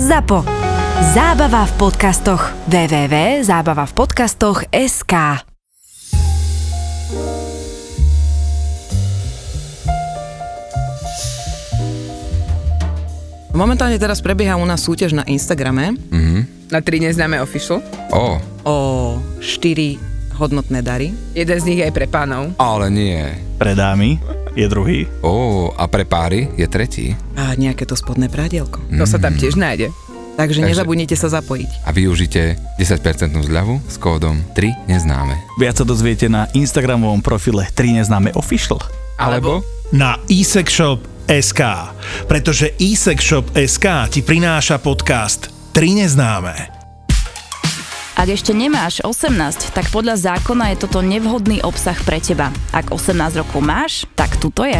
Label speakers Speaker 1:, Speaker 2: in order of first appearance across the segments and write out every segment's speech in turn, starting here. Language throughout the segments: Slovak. Speaker 1: ZAPO. Zábava v podcastoch. www.zábavavpodcastoch.sk
Speaker 2: Momentálne teraz prebieha u nás súťaž na Instagrame
Speaker 3: na tri neznáme official.
Speaker 4: Ó,
Speaker 2: o 4 hodnotné dary.
Speaker 3: Jeden z nich je aj pre pánov.
Speaker 4: ale nie.
Speaker 5: Pre dámy je druhý.
Speaker 4: Ó, a pre páry je tretí.
Speaker 2: A nejaké to spodné prádielko.
Speaker 4: Mhm.
Speaker 3: To sa tam tiež nájde.
Speaker 2: Takže nezabudnite sa zapojiť.
Speaker 4: A využite 10% zľavu s kódom 3 neznáme.
Speaker 5: Viac sa dozviete na Instagramovom profile 3 neznáme official.
Speaker 4: Alebo?
Speaker 6: na eSexShop.sk, pretože eSexShop.sk ti prináša podcast 3 neznáme.
Speaker 7: Ak ešte nemáš 18, tak podľa zákona je toto nevhodný obsah pre teba. Ak 18 rokov máš, tak tuto je.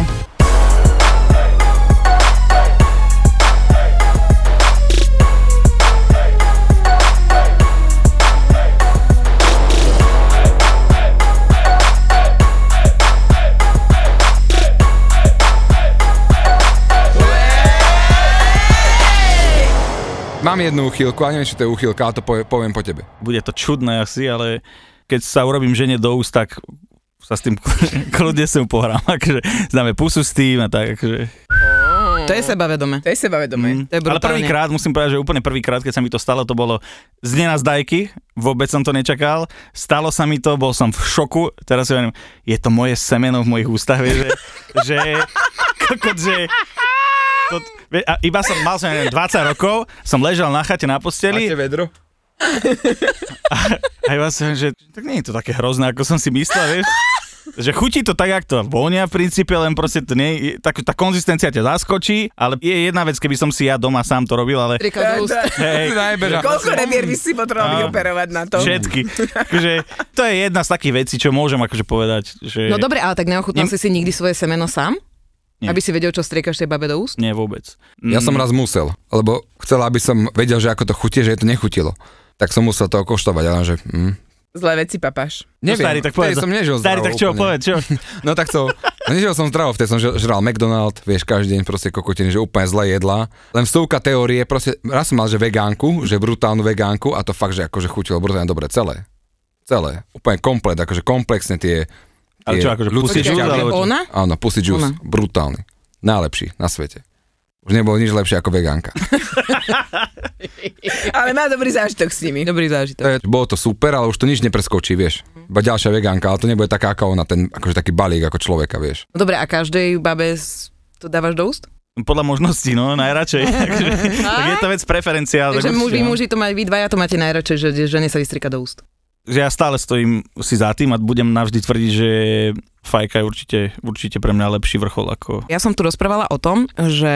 Speaker 4: Mám jednu úchylku, a neviem, či to je úchylka, ale to povie- poviem po tebe.
Speaker 5: Bude to čudné asi, ale keď sa urobím žene do úst, tak sa s tým kľudne sem pohrám. Akože známe pusu s tým a tak. Akože,
Speaker 2: To je sebavedomé.
Speaker 3: To je sebavedomé. Mm.
Speaker 2: To je
Speaker 5: ale
Speaker 2: brutálne.
Speaker 5: prvýkrát, musím povedať, že úplne prvýkrát, keď sa mi to stalo, to bolo z nenazdajky, vôbec som to nečakal. Stalo sa mi to, bol som v šoku, teraz si hovorím, je to moje semeno v mojich ústach, vieš, že, že, kokot, že to, vie- a iba som, mal som, ja neviem, 20 rokov, som ležal na chate na posteli
Speaker 4: vedro?
Speaker 5: A ja som, že tak nie je to také hrozné, ako som si myslel, vieš. Že chutí to tak, jak to vonia v princípe, len proste to nie, je- tá, tá konzistencia ťa zaskočí, ale je jedna vec, keby som si ja doma sám to robil, ale
Speaker 2: Trikot do úst.
Speaker 5: hej,
Speaker 3: Koľko revier by si potreboval
Speaker 5: Á.
Speaker 3: operovať na to?
Speaker 5: všetky. Takže to je jedna z takých vecí, čo môžem akože povedať, že
Speaker 2: No dobre, ale tak neochutnal
Speaker 5: Nem-
Speaker 2: si si nikdy svoje semeno sám?
Speaker 5: Nie.
Speaker 2: Aby si vedel, čo striekaš tej babe do úst?
Speaker 5: nie vôbec. Mm,
Speaker 4: Ja som raz musel, lebo chcela, aby som vedel, že ako to chutie, že je to nechutilo. Tak som musel to okoštovať, ale že... Hm,
Speaker 3: Zlé veci papáš.
Speaker 5: No, starý, tak povedz.
Speaker 4: Vtedy som nežil zdravo
Speaker 5: starý, tak čo,
Speaker 4: úplne.
Speaker 5: povedz, čo?
Speaker 4: No tak som, no nežil som zdravo, vtedy som žil- žral McDonald, vieš, každý deň proste kokotiny, že úplne zlé jedlá. Len vstovka teórie, proste, raz som mal, že vegánku, že brutálnu vegánku a to fakt, že akože chutilo brutálne dobre, celé. Celé, úplne komplet, akože komplexne tie...
Speaker 5: Ale
Speaker 4: tie
Speaker 5: čo, akože
Speaker 4: ľudské
Speaker 5: pussy juice,
Speaker 4: šťavy.
Speaker 5: alebo čo?
Speaker 2: Ona?
Speaker 4: Áno, pussy juice,
Speaker 2: Ona.
Speaker 4: brutálny, najlepší na svete. Už nebolo nič lepšie ako vegánka.
Speaker 3: Ale má dobrý zážitok s nimi.
Speaker 2: Dobrý
Speaker 4: To
Speaker 2: zážitok.
Speaker 4: je, bolo to super, ale už to nič nepreskočí, vieš. Iba ďalšia vegánka, ale to nebude taká ako ona, ten, akože taký balík ako človeka, vieš.
Speaker 2: No Dobre, a každej babe s- to dávaš do úst?
Speaker 5: Podľa možností, no, najradšej. Takže, tak je to vec preferenciál.
Speaker 2: Takže
Speaker 5: tak určite,
Speaker 2: muži,
Speaker 5: no.
Speaker 2: muži to mať, vy dvaja to máte najradšej, že že žene sa vystrika do úst.
Speaker 5: že ja stále stojím si za tým a budem navždy tvrdiť, že fajka je určite, určite pre mňa lepší vrchol ako...
Speaker 2: Ja som tu rozprávala o tom, že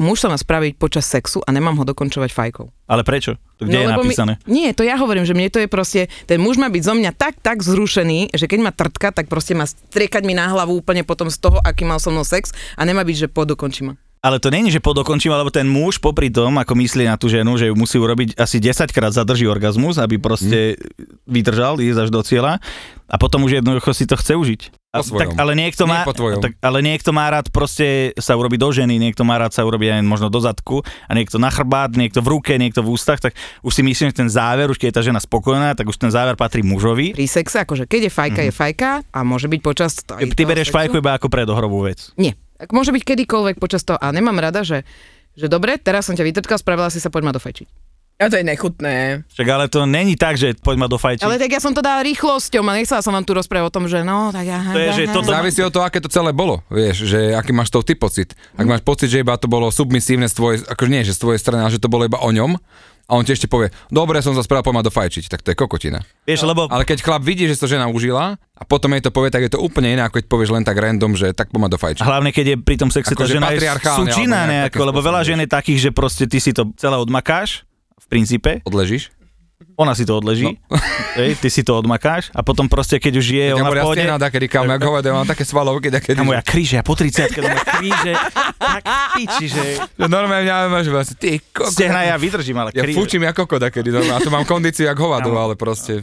Speaker 2: muž sa má spraviť počas sexu a nemám ho dokončovať fajkou.
Speaker 5: Ale prečo? To kde je
Speaker 2: No, lebo
Speaker 5: napísané?
Speaker 2: Mi, nie, to ja hovorím, že mne to je proste, ten muž má byť zo mňa tak, tak zrušený, že keď ma trtka, tak proste má striekať mi na hlavu úplne potom z toho, aký mal so mnou sex a nemá byť, že podokončí ma.
Speaker 5: Ale to není, že podokončím, alebo ten muž popri tom, ako myslí na tú ženu, že ju musí urobiť asi 10 krát zadrží orgazmus, aby proste
Speaker 4: Mhm.
Speaker 5: vydržal, ísť až do cieľa a potom už jednoducho si to chce užiť. A,
Speaker 4: Po svojom.
Speaker 5: tak, ale
Speaker 4: Nie
Speaker 5: niekto má,
Speaker 4: po tvojom.
Speaker 5: tak, ale niekto má rád proste sa urobiť do ženy, niekto má rád sa urobiť aj možno do zadku a niekto na chrbát, niekto v ruke, niekto v ústach, tak už si myslím, že ten záver, už keď je tá žena spokojná, tak už ten záver patrí mužovi.
Speaker 2: Pri sexe, akože keď je fajka, mm-hmm. je fajka a môže byť počas... to- aj
Speaker 5: Mhm. Ty
Speaker 2: toho
Speaker 5: berieš
Speaker 2: sexu.
Speaker 5: fajku iba ako predohrovú vec.
Speaker 2: Nie. Tak môže byť kedykoľvek počas toho. A nemám rada, že, že dobre, teraz som ťa vytrtkal, spravila si sa, poďme dofajčiť.
Speaker 3: A to je nechutné.
Speaker 5: Však ale to není tak, že poďme do fajči.
Speaker 2: Ale tak ja som to dala rýchlosťou a nechcela som vám tu rozprávať o tom, že no, tak aha.
Speaker 5: To je, že
Speaker 2: aha.
Speaker 5: toto-
Speaker 4: Závisí od toho, aké to celé bolo, vieš, že aký máš to ty pocit. Ak máš pocit, že iba to bolo submisívne z tvojej, akože nie, že z tvojej strany, ale že to bolo iba o ňom, a on ti ešte povie, dobre, som sa spravil, poďma dofajčiť, tak to je kokotina.
Speaker 5: Vieš, lebo
Speaker 4: Ale keď chlap vidí, že si to žena užila a potom jej to povie, tak je to úplne iné, ako keď povieš len tak random, že tak poďma dofajčiť.
Speaker 5: hlavne keď je pri tom sexe tá
Speaker 4: Akože
Speaker 5: žena je
Speaker 4: patriarchálne,
Speaker 5: súčinná
Speaker 4: alebo nejak
Speaker 5: nejako,
Speaker 4: takým
Speaker 5: lebo veľa
Speaker 4: spôsobom,
Speaker 5: žien je takých, že proste ty si to celé odmakáš, v princípe,
Speaker 4: Odležíš?
Speaker 5: ona si to
Speaker 4: No.
Speaker 5: odleží, hej, ty si to odmakáš a potom proste keď už je
Speaker 4: Ja
Speaker 5: ona v
Speaker 4: boli
Speaker 5: pohode,
Speaker 4: stena, kedy kam, ako hovedem, mám také svalovky, také...
Speaker 5: a moja kríže, ja po 30 keď moja kríže, tak piči, že
Speaker 4: No, Normálne mňa máš vlastne, ty kokot.
Speaker 5: stehna ja vydržím, ale
Speaker 4: Ja
Speaker 5: kríže.
Speaker 4: fučím ako kokoda, kedy normálne, a to mám kondíciu jak hovado,
Speaker 5: Áno.
Speaker 4: ale proste...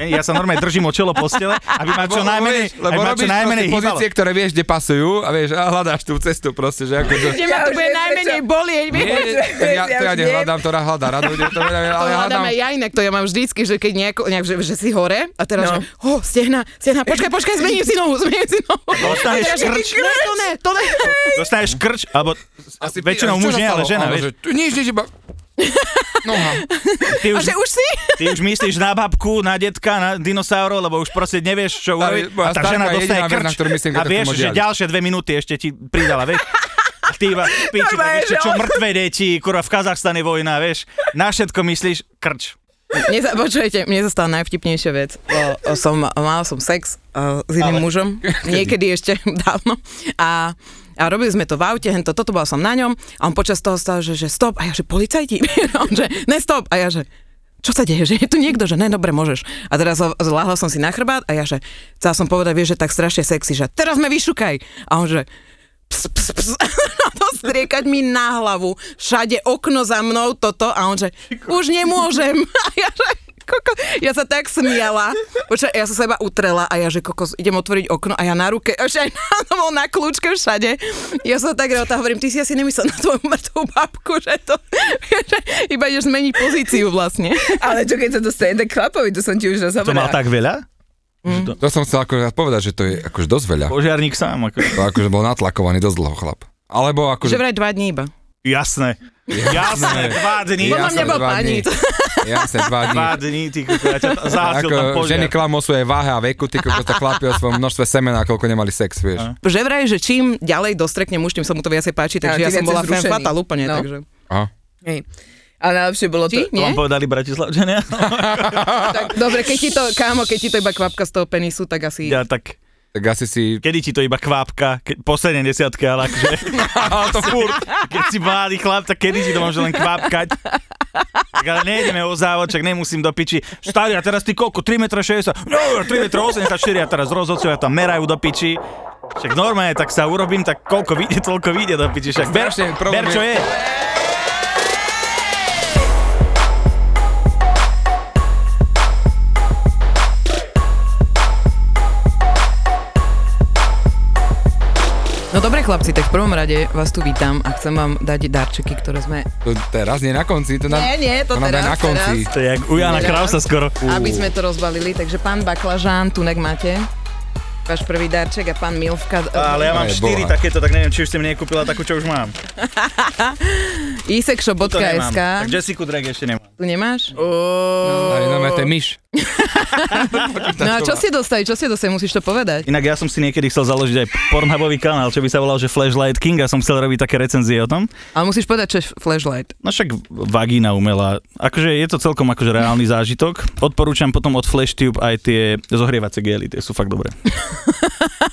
Speaker 5: Ja sa normálne držím o čelo postele, aby ma čo najmenej, aby
Speaker 4: lebo
Speaker 5: ma čo
Speaker 4: robíš
Speaker 5: najmenej
Speaker 4: proste
Speaker 5: hýbalo.
Speaker 4: pozície, ktoré vieš, kde pasujú a vieš, a hľadáš tú cestu proste, že ako to...
Speaker 2: Že ma
Speaker 3: Ja
Speaker 2: to
Speaker 3: už
Speaker 2: bude
Speaker 3: viem,
Speaker 2: najmenej
Speaker 3: prečo.
Speaker 2: bolieť, vieš.
Speaker 4: tak ja, to ja
Speaker 3: už viem.
Speaker 4: nehľadám, to hľadá, rado ide to veľa,
Speaker 2: To
Speaker 4: ale ja hľadám.
Speaker 2: hľadám aj ja inak, to ja mám vždycky, že keď nejako, nejak, že, že si hore a teraz,
Speaker 3: No.
Speaker 2: že ho, stehna, stehna, počkaj, počkaj, zmením si nohu, zmením si nohu.
Speaker 5: Dostaneš
Speaker 2: A teraz, že,
Speaker 5: krč.
Speaker 2: Ne, to ne, to ne.
Speaker 5: Dostaneš krč, alebo
Speaker 4: Asi
Speaker 5: väčšinou
Speaker 4: pýtaš, čo
Speaker 5: muž
Speaker 4: sa
Speaker 5: nie, ale
Speaker 4: stalo?
Speaker 5: žena,
Speaker 4: Áno,
Speaker 5: vieš.
Speaker 4: že tu Nič, nič, iba... Noha.
Speaker 2: A
Speaker 5: Ty už,
Speaker 2: že už si?
Speaker 5: ty už myslíš na babku, na detka, na dinosaurov, lebo už proste nevieš, čo
Speaker 4: Ale
Speaker 5: urobiť.
Speaker 4: moja
Speaker 5: A tá
Speaker 4: starka
Speaker 5: žena
Speaker 4: je
Speaker 5: dostane
Speaker 4: jediná vec, na
Speaker 5: krč
Speaker 4: ktorú myslím,
Speaker 5: a
Speaker 4: keď to
Speaker 5: vieš,
Speaker 4: môže
Speaker 5: že
Speaker 4: jadiť.
Speaker 5: ďalšie dve minúty ešte ti pridala, vieš. A ty iba v piči,
Speaker 3: Normálne,
Speaker 5: vieš, čo, čo
Speaker 3: že on-
Speaker 5: mŕtve deti, kurva, v Kazachstane vojna, vieš. Na všetko myslíš krč.
Speaker 2: Mne sa, počujete, mne sa stala najvtipnejšia vec. Bo som, mala som sex uh, s iným mužom, niekedy ešte dávno. A, a robili sme to v aute, hento, toto bola som na ňom a on počas toho stal, že, že stop, a ja, že policajti, a on, že ne stop, a ja, že čo sa deje, že je tu niekto, že ne, dobre, môžeš. A teraz zláhla som si na chrbát a ja, že chcela som povedať, vieš, že tak strašne sexy, že teraz me vyšukaj. A on, že ps, ps, ps, a to striekať mi na hlavu, všade okno za mnou, toto a on že, už nemôžem. A ja, že, koko, ja sa tak smiala, Počkaj, ja sa seba utrela a ja, že kokos, idem otvoriť okno a ja na ruke, a ešte aj na, to bol na kľúčke všade. Ja som tak rota, hovorím, ty si asi nemyslel na tvoju mŕtvú babku, že to, že iba ideš zmeniť pozíciu vlastne.
Speaker 3: Ale čo keď sa to stane tak chlapovi, to som ti už raz
Speaker 5: To mal
Speaker 3: hovorila.
Speaker 5: tak veľa? Že to,
Speaker 4: To som chcel akože povedať, že to je akože dosť veľa.
Speaker 5: požiarník sám, ako...
Speaker 4: To akože bol natlakovaný dosť dlho chlap. Alebo
Speaker 2: Že
Speaker 4: akože...
Speaker 2: vraj dva dní iba.
Speaker 5: Jasné. Jasné, dva dní.
Speaker 2: Podľa
Speaker 4: Jasné,
Speaker 2: mňa bol
Speaker 4: dva dní.
Speaker 2: panica.
Speaker 4: Jasne, dva dní.
Speaker 5: Dva dní, ty kokos, ja ťa t- zahasil tam
Speaker 4: Ako, ženy
Speaker 5: požiar.
Speaker 4: klamú o svojej váhe a veku, ty kokos, tak chlapi o svojom množstve semena, koľko nemali sex, vieš.
Speaker 2: Že vraj, že čím ďalej dostreknem muž, tým sa mu to viacej páči, takže
Speaker 3: Áno,
Speaker 2: ja
Speaker 3: ty
Speaker 2: som
Speaker 3: viacej
Speaker 2: bola fan
Speaker 3: zrušený.
Speaker 2: fatal úplne,
Speaker 3: No.
Speaker 2: takže.
Speaker 4: Aha.
Speaker 3: Hej. Ale najlepšie bolo to...
Speaker 2: Či?
Speaker 5: To
Speaker 2: Nie?
Speaker 5: vám povedali Bratislavčania?
Speaker 2: tak, dobre, keď ti to, kámo, keď ti to iba kvapka z toho penisu, tak asi...
Speaker 5: Ja tak,
Speaker 4: Tak asi si...
Speaker 5: kedy ti to iba kvápka, ke, po 70 ale akože, ale to furt, keď si mladý chlap, tak kedy ti to môže len kvápkať? Tak ale nejdeme o závodček, nemusím do piči. Starý, a teraz ty koľko? 3,60 m? No, 3,84 m a teraz rozhodcovia tam merajú do piči. Však normálne, tak sa urobím, tak koľko vyjde, toľko vyjde do piči. Však ber,
Speaker 4: Strašne, problém
Speaker 5: ber čo
Speaker 4: je-
Speaker 5: je.
Speaker 2: No dobre chlapci, tak v prvom rade vás tu vítam a chcem vám dať darčeky, ktoré sme...
Speaker 4: To teraz nie na konci, to na...
Speaker 2: Nie, nie, to
Speaker 4: nám dá
Speaker 2: teraz,
Speaker 4: na konci.
Speaker 5: To je jak u Jana Krausa skoro.
Speaker 2: Aby sme to rozbalili, takže pán Baklažán, tu nek máte váš prvý darček a pán Milvka. e,
Speaker 5: Ale ja mám
Speaker 4: Aj
Speaker 5: 4
Speaker 4: boha.
Speaker 5: takéto, tak neviem, či už ste mi nekúpila takú, čo už mám. To nemám.
Speaker 2: isekshop.sk
Speaker 5: Tak Jessica Drake ešte nemám.
Speaker 2: Tu nemáš?
Speaker 4: Ale no, to je myš.
Speaker 2: No a čo ste dostali? Čo ste dostali? Musíš to povedať.
Speaker 5: Inak ja som si niekedy chcel založiť aj pornhubový kanál, čo by sa volal, že Flashlight King a som chcel robiť také recenzie o tom.
Speaker 2: Ale musíš povedať, čo je flashlight.
Speaker 5: No však vagína umelá. Akože je to celkom akože reálny zážitok. Odporúčam potom od FlashTube aj tie zohrievacie gely, tie sú fakt dobré.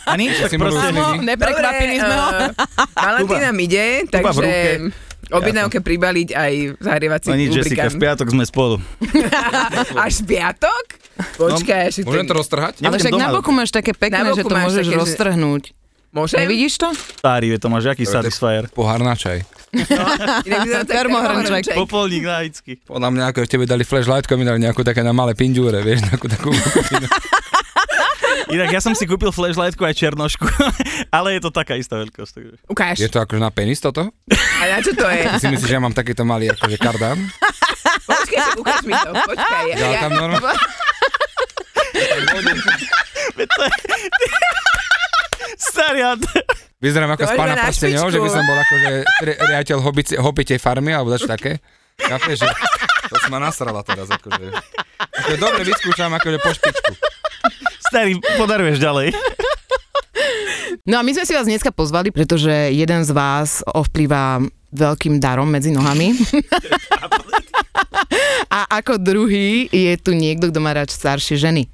Speaker 5: A nič, tak
Speaker 4: si mu
Speaker 5: proste...
Speaker 4: rozumiem.
Speaker 2: Áno, neprekvapili sme ho.
Speaker 3: Valentín nám ide,
Speaker 5: Tuba v
Speaker 3: takže
Speaker 5: ruke.
Speaker 3: objednávke pribaliť aj
Speaker 5: No
Speaker 3: zahrievací
Speaker 5: nič, Jessica, v
Speaker 3: lubrikant.
Speaker 5: piatok sme spolu.
Speaker 3: Až v piatok? Počkaj, ešte
Speaker 4: No, Môžem to roztrhať?
Speaker 2: Ale
Speaker 5: Nebudem
Speaker 2: však na
Speaker 5: doma.
Speaker 2: boku máš také pekné,
Speaker 3: Na
Speaker 2: že
Speaker 3: boku
Speaker 2: to
Speaker 3: máš
Speaker 2: môžeš
Speaker 3: také, že-
Speaker 2: roztrhnúť.
Speaker 3: Môžem?
Speaker 2: Nevidíš to?
Speaker 5: Starý, vie to máš, aký satisfier.
Speaker 4: Pohár na čaj.
Speaker 3: Inak vyzerá to jak
Speaker 2: Termohrnček.
Speaker 3: termohrnček.
Speaker 5: Popolník laický.
Speaker 4: Podľa mňa, ako ešte by dali flashlight, mi dali nejakú také na malé pindúre, vieš, nejakú takú...
Speaker 5: Inak ja som si kúpil flashlightku aj černošku, ale je to taká istá veľkosť. takže.
Speaker 3: Ukáž.
Speaker 4: Je to akože na penis toto?
Speaker 3: A na čo to je?
Speaker 4: Ty si myslíš, že ja mám takýto malý akože kardán?
Speaker 3: Počkaj, ukáž mi to. Počkaj. Ja,
Speaker 4: Ja tam normálne...
Speaker 5: Starý, ale to-
Speaker 4: Vyzerám ako
Speaker 3: To
Speaker 4: z
Speaker 3: až
Speaker 4: pána
Speaker 3: na
Speaker 4: prsteňov, že by
Speaker 3: špičku.
Speaker 4: som bol akože ri- riaditeľ hobice- hopitej farmy alebo dačo také. Chápeš, že to si ma nasrala teraz akože. akože dobre, vyskúšam akože po špičku.
Speaker 5: starý, podaruješ ďalej.
Speaker 2: No a my sme si vás dneska pozvali, pretože jeden z vás ovplyvá veľkým darom medzi nohami. a ako druhý je tu niekto, kto má rád staršie ženy.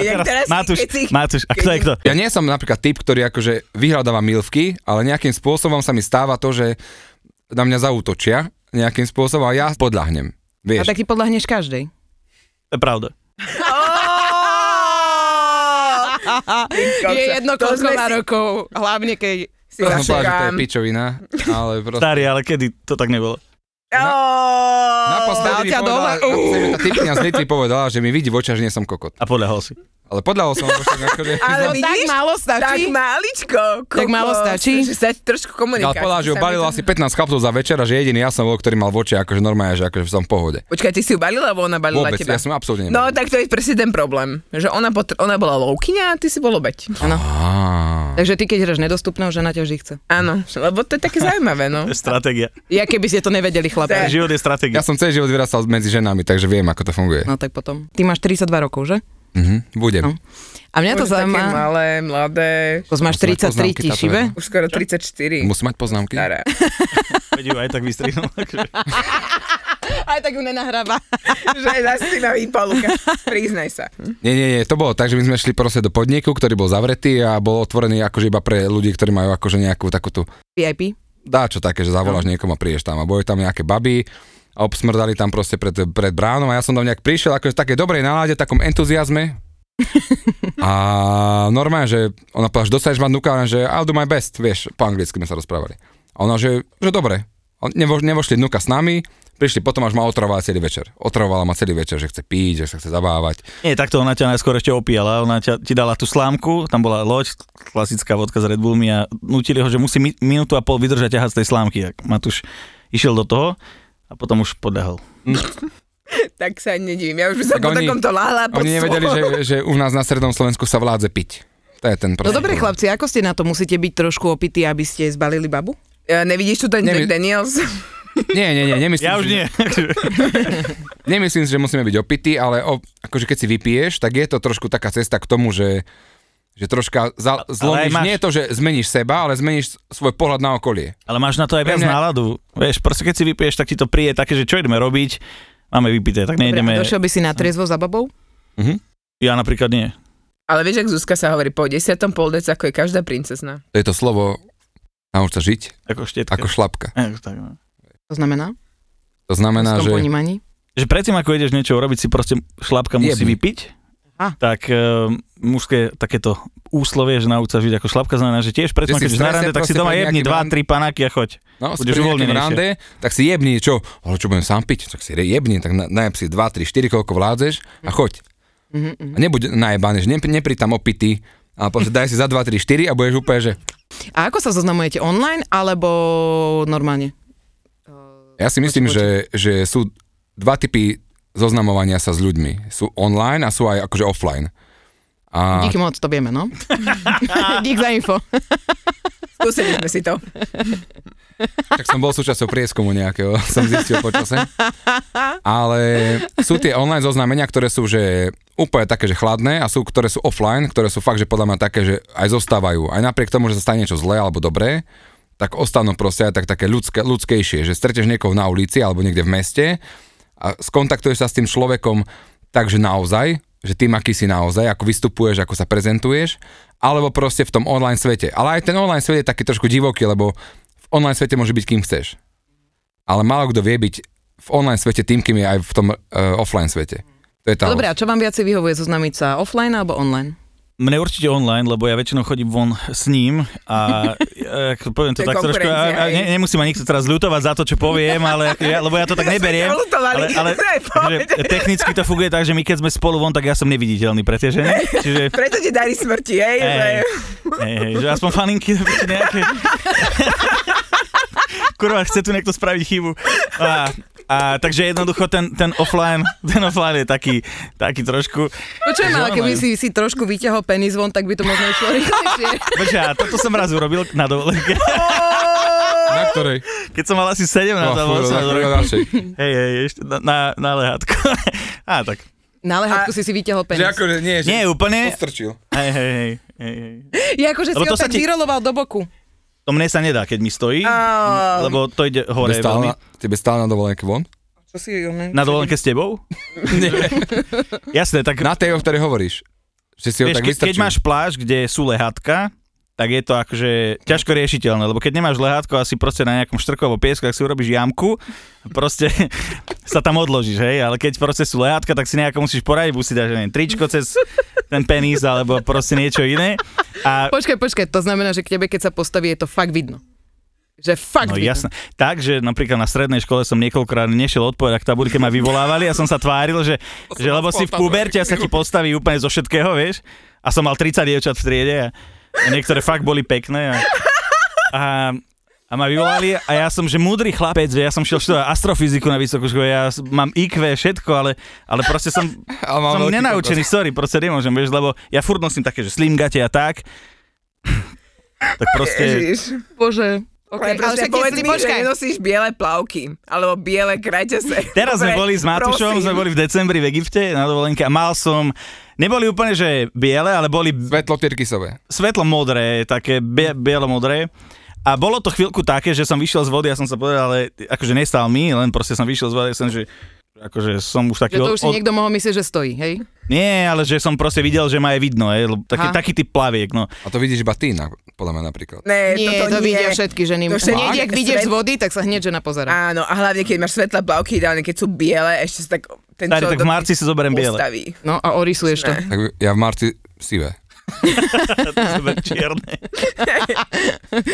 Speaker 3: inak teraz,
Speaker 5: Matúš,
Speaker 3: keď si ich-
Speaker 5: Matúš, a kto je kto?
Speaker 4: Ja nie som napríklad typ, ktorý akože vyhľadáva milvky, ale nejakým spôsobom sa mi stáva to, že na mňa zautočia nejakým spôsobom a ja podľahnem.
Speaker 2: A
Speaker 4: Vieš,
Speaker 2: tak ty podľahneš každej.
Speaker 5: To je pravda.
Speaker 2: Je jedno,
Speaker 3: To
Speaker 2: koľko
Speaker 3: sme
Speaker 2: má
Speaker 3: si-
Speaker 2: rokov. Hlavne, keď...
Speaker 3: si
Speaker 4: to som povedal, že to
Speaker 3: našukám.
Speaker 4: je pičovina, ale proste...
Speaker 5: Starý, ale kedy to tak nebolo?
Speaker 3: Ó,
Speaker 2: dal
Speaker 4: naposledy mi
Speaker 2: ťa dole.
Speaker 4: povedala, naposledy mi tá typňa z Nitry povedala, že mi vidí v očiach, že nie som kokot.
Speaker 5: A podľahol si.
Speaker 4: Ale podľa som, že som akože...
Speaker 2: No tak málo stačí.
Speaker 3: Tak máličko. Kokos,
Speaker 2: Tak málo stačí.
Speaker 3: Že sa trošku
Speaker 4: Ale
Speaker 3: komunikácie.
Speaker 4: povedala, že No, ju balilo asi 15 chlapcov za večer a že jediný ja som bol, ktorý mal v očiach akože normálne, že akože som v pohode.
Speaker 3: Počkaj, ty si ju balila, alebo ona balila
Speaker 4: Vôbec, ja
Speaker 3: teba?
Speaker 4: som absolútne
Speaker 3: No
Speaker 4: nebalil.
Speaker 3: tak to je presne ten problém, že ona, potr- ona bola loukyňa a ty si bol obeď.
Speaker 2: Áno.
Speaker 4: Á.
Speaker 2: No. Takže ty, keď hráš nedostupnou, žena ťa vždy chce.
Speaker 3: Áno, lebo to je také zaujímavé, no.
Speaker 5: To je stratégia.
Speaker 2: Ja keby ste to nevedeli, chlapi.
Speaker 5: Život je stratégia.
Speaker 4: Ja som celý život vyrastal medzi ženami, takže viem, ako to funguje.
Speaker 2: No tak potom. Ty máš 32 rokov, že?
Speaker 4: Mhm, budem.
Speaker 2: No. A mňa to
Speaker 3: Už také
Speaker 2: zaujíma.
Speaker 3: malé, mladé,
Speaker 2: Ako máš
Speaker 4: Musím mať
Speaker 2: 33,
Speaker 4: poznámky,
Speaker 2: ti
Speaker 4: táto
Speaker 2: šibe?
Speaker 3: už skoro 34.
Speaker 4: Musím mať poznámky.
Speaker 3: Stará.
Speaker 5: Veď ju aj tak vystrihnul. akože.
Speaker 2: Aj tak ju nenahráva.
Speaker 3: že aj zase si na výpalúka. Priznaj sa.
Speaker 4: Nie, nie, nie, to bolo tak, že my sme šli proste do podniku, ktorý bol zavretý a bol otvorený akože iba pre ľudí, ktorí majú akože nejakú takú tú
Speaker 2: VIP.
Speaker 4: dáčo také, že zavoláš no. niekomu a prídeš tam a boli tam nejaké baby a obsmrdali tam proste pred, pred bránou a ja som tam nejak prišiel akože v takej dobrej nálade, takom entuziasme a normálne, že ona povedala, že dostaneš ma nuka, že I'll do my best, vieš, po anglicky sme sa rozprávali. A ona, že, že dobre, A nevo, nevošli nuka s nami, prišli potom až ma otravovala celý večer. Otravovala ma celý večer, že chce piť, že sa chce zabávať.
Speaker 5: Nie, takto ona ťa najskôr ešte opíjala. Ona ťa, ti dala tú slámku, tam bola loď, klasická vodka s Red Bullmi a nutili ho, že musí mi, minútu a pol vydržať ťahať z tej slámky. Tak Matúš išiel do toho a potom už podľahol.
Speaker 3: Tak sa nedivím. Ja už by som
Speaker 4: Tak
Speaker 3: po
Speaker 4: oni-
Speaker 3: takomto láhla pod
Speaker 4: Oni nevedeli,
Speaker 3: stôl.
Speaker 4: že, že u nás na Strednom Slovensku sa vládze piť. To je
Speaker 2: No
Speaker 4: ten problém.
Speaker 2: dobre, chlapci, ako ste na to? Musíte byť trošku opití, aby ste zbalili babu?
Speaker 3: Ja, E, Nevidíš tu ten
Speaker 4: Nevi-
Speaker 3: Jack Daniels?
Speaker 4: Nie, nie, nie, nemyslím,
Speaker 5: Ja už
Speaker 4: si,
Speaker 5: nie.
Speaker 4: nemyslím si, že musíme byť opití, ale o, akože keď si vypiješ, tak je to trošku taká cesta k tomu, že, že troška za, zlomíš,
Speaker 5: máš-
Speaker 4: nie je to, že zmeníš seba, ale zmeníš svoj pohľad na okolie.
Speaker 5: Ale máš na to aj
Speaker 4: Pre
Speaker 5: viac
Speaker 4: mňa-
Speaker 5: náladu. Vieš, proste keď si vypiješ, tak ti to príde také, že čo ideme robiť, máme vypité, tak nejdeme.
Speaker 2: Došiel by si na triezvo za babou?
Speaker 4: Mhm.
Speaker 5: Ja napríklad nie.
Speaker 3: Ale vieš, ak Zuzka sa hovorí po 10. poldec, ako je každá princezna.
Speaker 4: To je to slovo nauč sa žiť
Speaker 5: Ako štietka.
Speaker 4: ako šlapka.
Speaker 5: Ako tak, no.
Speaker 2: To znamená?
Speaker 4: To
Speaker 2: v
Speaker 4: znamená,
Speaker 2: tom
Speaker 4: že
Speaker 2: ponímaní?
Speaker 5: Že predtým, ako ideš niečo urobiť, si proste šlapka musí
Speaker 4: Jebni.
Speaker 5: vypiť.
Speaker 2: Aha.
Speaker 5: Tak e, mužské takéto úslovie, že nauč sa žiť ako šlapka, znamená, že tiež
Speaker 4: Že
Speaker 5: predtým,
Speaker 4: si v
Speaker 5: keď ideš na
Speaker 4: strese
Speaker 5: rande, tak si
Speaker 4: proste
Speaker 5: doma
Speaker 4: pred
Speaker 5: jebni
Speaker 4: nejakým
Speaker 5: dva,
Speaker 4: rande-
Speaker 5: tri panáky a choď.
Speaker 4: no, si
Speaker 5: budeš
Speaker 4: pri nejakom
Speaker 5: uvoľnenejšie.
Speaker 4: rande, tak si jebni, čo, ale čo budem sám piť, tak si re- jebni, tak na- najeb si 2, 3, 4, koľko vládzeš a choď.
Speaker 2: Mhm, mhm.
Speaker 4: A nebuď najebaný, že ne, nepri tam opitý, ale proste daj si za 2, 3, 4 a budeš úplne, že
Speaker 2: A ako sa zoznamujete? Online alebo normálne?
Speaker 4: Ja si myslím, že, že sú dva typy zoznamovania sa s ľuďmi. Sú online a sú aj akože offline. A
Speaker 2: Díky moc, to vieme, no. Dík za info.
Speaker 3: Skúsili sme si to.
Speaker 4: tak som bol súčasťou prieskumu nejakého, som zistil počase. Ale sú tie online zoznamenia, ktoré sú že úplne také, že chladné a sú, ktoré sú offline, ktoré sú fakt, že podľa mňa také, že aj zostávajú. Aj napriek tomu, že sa stane niečo zlé alebo dobré, tak ostanú proste aj tak také ľudské, ľudskejšie, že stretneš niekoho na ulici alebo niekde v meste a skontaktuješ sa s tým človekom takže naozaj, že tým, aký si naozaj, ako vystupuješ, ako sa prezentuješ, alebo proste v tom online svete. Ale aj ten online svet je taký trošku divoký, lebo v online svete môže byť kým chceš. Ale málo kto vie byť v online svete tým, kým je aj v tom uh, offline svete. To je tá
Speaker 2: Dobre,
Speaker 4: roz-
Speaker 2: a čo vám viacej vyhovuje zoznamiť sa offline alebo online?
Speaker 5: Mne určite online, lebo ja väčšinou chodím von s ním a e, ak poviem to
Speaker 3: To je
Speaker 5: tak trošku, a, a
Speaker 3: konkurencia, hej. Lutovali,
Speaker 5: Ale, ale takže technicky to funguje tak, že my keď sme spolu von, tak ja som neviditeľný pre tie ženy. Čiže,
Speaker 3: Preto ti dali smrti, hej? že...
Speaker 5: hej, hej, hej, že aspoň faninky či nejaké. Kurva, chce tu niekto spraviť chybu. A, a, takže jednoducho ten, ten, offline, ten offline je taký, taký trošku...
Speaker 2: Počujem, ale
Speaker 5: Zaujímavé.
Speaker 2: keby si, si trošku vyťahol penis von, tak by to možno išlo rýchlejšie.
Speaker 5: Počkaj, a toto som raz urobil na dovolenke.
Speaker 4: Na ktorej?
Speaker 5: Keď som mal asi 17
Speaker 4: No,
Speaker 5: alebo
Speaker 4: fú, na
Speaker 5: 18
Speaker 4: ktorej
Speaker 5: rokov.
Speaker 4: našej.
Speaker 5: Hej, hej, ešte na, na, na lehátko. Á, tak.
Speaker 2: Na lehátku si si vyťahol
Speaker 4: Že
Speaker 2: penis.
Speaker 4: akože nie, že
Speaker 5: Nie úplne.
Speaker 4: odstrčil.
Speaker 5: Hej, hej, hej, hej, hej.
Speaker 2: Ja akože si
Speaker 5: Lebo
Speaker 2: ho
Speaker 5: to sa
Speaker 2: tak
Speaker 5: ti-
Speaker 2: vyroloval do boku.
Speaker 5: To mne sa nedá, keď mi stojí,
Speaker 3: Á.
Speaker 5: lebo to ide
Speaker 4: Tebe
Speaker 5: hore
Speaker 4: stále,
Speaker 5: veľmi.
Speaker 4: na, tebe stále na dovolenke von?
Speaker 2: Čo si...
Speaker 5: Na dovolenke s tebou? Jasné, tak
Speaker 4: Na tej, o ktorej hovoríš. Že si ho
Speaker 5: vieš,
Speaker 4: tak
Speaker 5: keď, keď
Speaker 4: vystrčil.
Speaker 5: máš pláž, kde sú lehátka, tak je to akože ťažko riešiteľné, lebo keď nemáš lehátko asi proste na nejakom štrku alebo piesku, tak si urobíš jamku a proste sa tam odložíš, hej, ale keď proste sú lehátka, tak si nejako musíš poradiť, musíš dať, že neviem, tričko cez ten penis alebo proste niečo iné. A
Speaker 2: Počkaj, počkaj, to znamená, že k tebe, keď sa postaví, je to fakt vidno. Že fakt
Speaker 5: No
Speaker 2: vidno.
Speaker 5: jasné. Takže napríklad na strednej škole som niekoľkokrát nešiel odpovedať k tabulke, ma vyvolávali a som sa tváril, že, že lebo si v puberte a sa ti postaví úplne zo všetkého, vieš. A som mal 30 dievčat v triede a, a niektoré fakt boli pekné. A, a, a ma vyvolali a ja som, že múdry chlapec, že ja som šiel študovať astrofyziku na vysokú školu, ja s- mám IQ, všetko, ale, ale proste som,
Speaker 4: Ale mám
Speaker 5: som
Speaker 4: veľký
Speaker 5: nenaučený, sorry, proste nemôžem, vieš, lebo ja furt nosím také, že slimgate a tak. Tak proste,
Speaker 3: Ježiš.
Speaker 2: Bože. Okay,
Speaker 3: Ale proste povedz mi, že nenosíš biele plavky, alebo biele kraťase.
Speaker 5: Teraz sme
Speaker 3: Dobre,
Speaker 5: boli s Matušom,
Speaker 3: prosím.
Speaker 5: sme boli v decembri v Egypte na dovolenke a mal som, neboli úplne, že biele, ale boli
Speaker 4: Svetlo Tyrkisové.
Speaker 5: svetlo modré, také bie, bielo-modré. A bolo to chvíľku také, že som vyšiel z vody a som sa povedal, ale akože nestal mi, len proste som vyšiel z vody a som, že akože som už
Speaker 2: Že
Speaker 5: taký...
Speaker 2: to
Speaker 5: od-
Speaker 2: už si
Speaker 5: od-
Speaker 2: niekto mohol myslieť, že stojí, hej?
Speaker 5: Nie, ale že som proste videl, že ma je vidno, je, lebo taký,
Speaker 2: Aha.
Speaker 5: taký typ plaviek, no.
Speaker 4: A to vidíš iba ty, na, podľa mňa napríklad.
Speaker 3: Ne,
Speaker 2: Nie, to
Speaker 3: toto nie.
Speaker 2: vidia všetky ženy.
Speaker 3: To všetky-
Speaker 2: Hneď, ak vidieš z
Speaker 3: Svet-
Speaker 2: vody, tak sa hneď žena pozera.
Speaker 3: Áno, a hlavne, keď máš svetlé plavky, ideálne, keď sú biele, ešte sa tak ten
Speaker 5: Tady,
Speaker 3: človek
Speaker 5: tak v marci si zoberiem biele.
Speaker 3: postaví.
Speaker 2: No a orisuješ to.
Speaker 4: Tak ja v marci sivé.
Speaker 5: Zober čierne.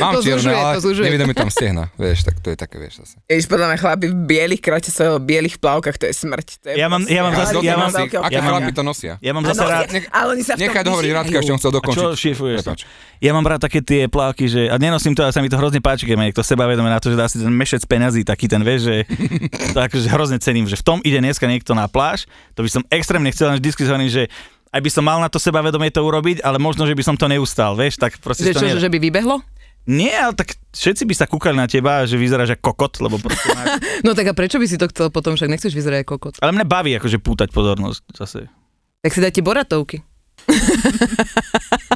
Speaker 4: Mám
Speaker 2: To
Speaker 4: čierne,
Speaker 2: zužuje,
Speaker 4: ale
Speaker 2: to zužuje.
Speaker 4: nevidno mi tam stehna. Vieš, tak to je také, vieš zase.
Speaker 3: Ježiš, podľa mňa chlapi v bielých kraťasoch, v bielých plavkách, to je smrť. To je
Speaker 5: Ja mám- ja mám zase-
Speaker 3: proste-
Speaker 5: ja
Speaker 3: Ale to
Speaker 5: mám-
Speaker 3: má veľké
Speaker 4: Aké
Speaker 5: ja
Speaker 3: okienka.
Speaker 5: mám-
Speaker 4: chlapy to nosia?
Speaker 5: Ja mám
Speaker 3: Áno,
Speaker 2: no,
Speaker 5: zase rád...
Speaker 4: nech-
Speaker 3: ale oni sa v tom
Speaker 4: Nechaj dohovoriť Radka, ešte som chcel
Speaker 5: A
Speaker 4: dokončiť.
Speaker 5: čo šifuješ?
Speaker 4: Prepáč.
Speaker 5: Ja mám rád také tie plavky, že, a nenosím to, ale sa mi to hrozne páči, keď ma niekto seba na to, že dá si ten mešec peňazí, taký ten, vieš, že to akože hrozne cením, že v tom ide dneska niekto na pláž, to by som extrémne chcel, len vždy si hovorím, že aj by som mal na to sebavedomie to urobiť, ale možno, že by som to neustal, vieš, tak proste
Speaker 2: Že
Speaker 5: to
Speaker 2: čo,
Speaker 5: nedá.
Speaker 2: že by vybehlo?
Speaker 5: Nie, ale tak všetci by sa kúkali na teba, že vyzeráš ako kokot, lebo proste máš...
Speaker 2: No tak a prečo by si to chcel potom, však nechceš vyzerať ako kokot?
Speaker 5: Ale mňa baví akože pútať pozornosť zase.
Speaker 2: Tak si dajte boratovky.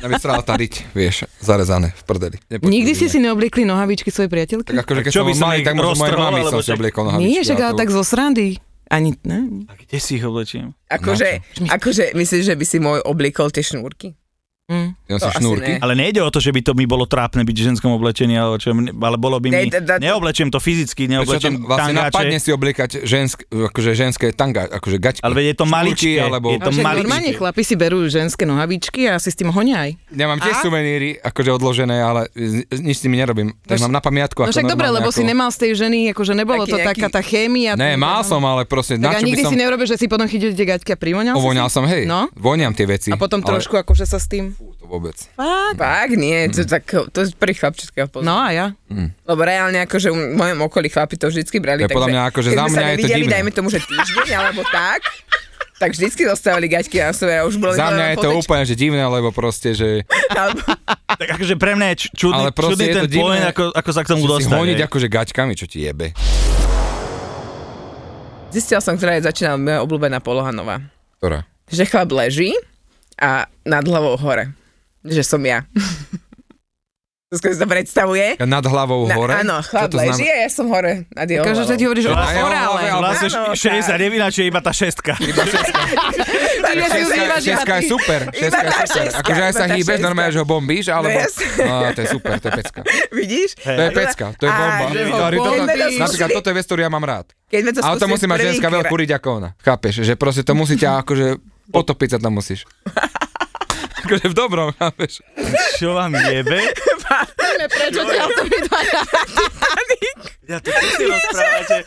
Speaker 4: Ja by strala tariť, vieš, zarezané v prdeli. Nepočujem,
Speaker 2: Nikdy ste
Speaker 4: ne.
Speaker 2: si neobliekli nohavičky svojej priateľky?
Speaker 4: Tak akože keď
Speaker 5: Čo
Speaker 4: som
Speaker 5: by
Speaker 4: bol
Speaker 5: som
Speaker 4: malý,
Speaker 5: ich
Speaker 4: tak možno mojej
Speaker 5: roztrhol,
Speaker 4: mami
Speaker 5: alebo
Speaker 4: som si
Speaker 5: čo?
Speaker 4: obliekol nohavičky.
Speaker 2: Nie, však
Speaker 4: a
Speaker 2: ale
Speaker 4: to-
Speaker 2: tak zo srandy. Ani, ne?
Speaker 5: A kde si ich oblečím?
Speaker 3: Akože,
Speaker 4: No.
Speaker 2: Na čo?
Speaker 3: akože myslíš, že by si môj oblikol tie šnúrky?
Speaker 2: Mm.
Speaker 4: Ja som
Speaker 3: To asi
Speaker 4: šnúrky.
Speaker 3: ne.
Speaker 5: Ale nejde o to, že by to mi bolo trápne byť v ženskom oblečení, alebo čo, mne- ale bolo by mi...
Speaker 3: Ne, da- da-
Speaker 5: Neoblečiem to
Speaker 4: Prečo
Speaker 5: fyzicky,
Speaker 4: to
Speaker 5: neoblečiem
Speaker 4: vlastne napadne
Speaker 5: tangáče.
Speaker 4: si obliekať žensk, akože ženské tanga, akože gaťky.
Speaker 5: Ale veď je to
Speaker 4: Šnúrky
Speaker 5: maličké,
Speaker 4: Alebo...
Speaker 5: je
Speaker 2: A
Speaker 5: to
Speaker 2: však
Speaker 5: maličké.
Speaker 2: normálne chlapi si berú ženské nohavičky a si s tým honia aj.
Speaker 4: Ja mám tiež suveníry, akože odložené, ale z- z- nič s nimi nerobím. Tak mám na pamiatku.
Speaker 2: No
Speaker 4: ako
Speaker 2: však dobre,
Speaker 4: normálne
Speaker 2: lebo
Speaker 4: ako-
Speaker 2: si nemal z tej ženy, akože nebolo
Speaker 3: Taký
Speaker 2: to
Speaker 3: nejaký-
Speaker 2: taká tá chémia.
Speaker 4: Ne,
Speaker 2: ten-
Speaker 4: mal som, ale proste,
Speaker 2: Tak
Speaker 4: na
Speaker 2: a
Speaker 4: čo by
Speaker 2: nikdy
Speaker 4: som...
Speaker 2: si neurobil, že si potom chytil tie gaťky a primoňal
Speaker 4: Ovoňal
Speaker 2: si?
Speaker 4: som, hej,
Speaker 2: No.
Speaker 4: voniam tie
Speaker 2: A
Speaker 4: veci.
Speaker 2: potom
Speaker 4: ale-
Speaker 2: trošku akože sa s tým...
Speaker 4: To vôbec.
Speaker 3: Fakt? Nie,
Speaker 4: Mm.
Speaker 3: to, tak, to je pri chlapčeského pozoru.
Speaker 2: No a ja.
Speaker 3: Lebo reálne akože v mojom okolí chlapi to vždycky brali.
Speaker 4: To je podľa
Speaker 3: takže
Speaker 4: mňa akože
Speaker 3: keď
Speaker 4: za
Speaker 3: sme
Speaker 4: mňa
Speaker 3: sa
Speaker 4: je to
Speaker 3: nevideli,
Speaker 4: divné.
Speaker 3: dajme tomu, že týždeň alebo tak, tak vždycky zostávali gaťky na sebe a už bolo
Speaker 4: Za
Speaker 3: len
Speaker 4: mňa je to
Speaker 3: fotečky,
Speaker 4: úplne, že divné, lebo proste, že
Speaker 3: alebo-
Speaker 5: Tak akože pre mňa je č- čudný,
Speaker 4: Ale proste
Speaker 5: čudný
Speaker 4: je
Speaker 5: ten
Speaker 4: to divné,
Speaker 5: point, ako, ako sa k tomu
Speaker 4: že si
Speaker 5: dostať.
Speaker 4: honiť
Speaker 5: hej.
Speaker 4: akože gaťkami, čo ti jebe.
Speaker 3: Zistila som, ktorá je začínala moja obľúbená poloha nová.
Speaker 4: Ktorá?
Speaker 3: Že chlap leží a nad hlavou hore. Že som ja. to skôr si to predstavuje.
Speaker 4: Nad hlavou
Speaker 3: Na-
Speaker 4: hore?
Speaker 3: Áno,
Speaker 4: Čo
Speaker 3: chlap
Speaker 4: to
Speaker 3: leží
Speaker 4: znamená?
Speaker 3: a ja som hore nad jeho
Speaker 2: Každý Akože, ti
Speaker 3: hlavou.
Speaker 2: hovoríš o
Speaker 5: Čo?
Speaker 2: orále.
Speaker 4: Ale-
Speaker 5: Vlastne
Speaker 3: Áno,
Speaker 5: š- 69 je iba tá šestka.
Speaker 3: Čiže
Speaker 2: si ju
Speaker 4: Šeska,
Speaker 2: užívaš iba
Speaker 4: šeska je
Speaker 2: ty.
Speaker 4: super, šeska je
Speaker 3: tá
Speaker 4: super.
Speaker 3: šeska,
Speaker 4: Akože aj
Speaker 3: iba
Speaker 4: sa
Speaker 3: tá
Speaker 4: hýbeš,
Speaker 3: šeska.
Speaker 4: normálne, že ho bombíš, alebo...
Speaker 3: No jasne.
Speaker 4: Á, to je super, to je pecka.
Speaker 3: Vidíš?
Speaker 4: To je pecka, to je
Speaker 3: Á,
Speaker 4: bomba.
Speaker 3: že ho
Speaker 4: Dobre, toto-
Speaker 3: bombíš.
Speaker 4: Napríklad toto je vec, ktorú ja mám rád.
Speaker 3: Keď sme to
Speaker 4: Ale to
Speaker 3: skúsili
Speaker 4: musí mať ženská
Speaker 3: prvýkrát.
Speaker 4: veľkú riť ako ona. Chápeš, že proste to musí ťa akože potopiť sa tam musíš. Akože v dobrom, chápeš?
Speaker 5: Čo vám jebe?
Speaker 2: Prečo to ja to vydvaja?
Speaker 5: Ja to čo si rozprávate?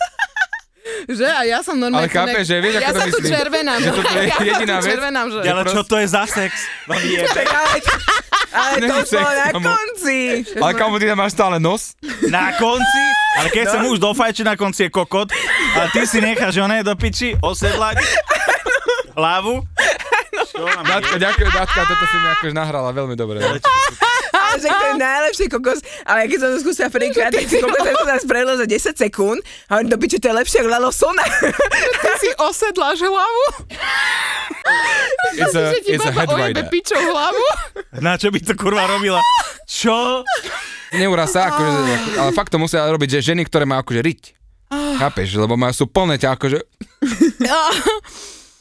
Speaker 2: Že a ja som normálne...
Speaker 4: Ale chápeš, že vieš, ako
Speaker 2: ja
Speaker 4: to
Speaker 2: sa tu
Speaker 4: myslím?
Speaker 2: červenám.
Speaker 4: Že toto
Speaker 2: Ja
Speaker 4: je
Speaker 2: sa tu
Speaker 4: jediná vec.
Speaker 2: Červenám, že...
Speaker 5: Ale čo to je za sex? Vám jebe.
Speaker 3: Tak ale, ale to
Speaker 4: Není
Speaker 3: už bolo
Speaker 4: sex,
Speaker 3: na
Speaker 4: kamo.
Speaker 3: konci.
Speaker 4: Ale kamo, ty tam máš stále nos?
Speaker 5: Na konci? Ale
Speaker 4: No.
Speaker 5: keď sa mu už dofajči na konci je kokot a ty si necháš oné do piči osedlať hlavu. Čo vám jebe?
Speaker 4: Datka, ďakujem, Datka, toto si mi akože nahrala veľmi dobre.
Speaker 3: Ale že to je najlepší kokos. Ale keď som to skúsila prvýkrát, tak si kokos som nás prejel za 10 sekúnd. A on dobyče, to je lepšie, ako Lalo Sona.
Speaker 2: Ty si osedláš hlavu?
Speaker 4: It's a,
Speaker 2: Že ti
Speaker 4: it's a
Speaker 2: baba
Speaker 4: head
Speaker 2: ojebe
Speaker 4: rider.
Speaker 2: pičou hlavu?
Speaker 5: Na čo by to kurva robila? Čo?
Speaker 4: Neúraz sa, akože,
Speaker 2: Ah.
Speaker 4: ale fakt to musia robiť, že ženy, ktoré majú akože riť. Chápeš, lebo majú sú plné ťa akože... ťa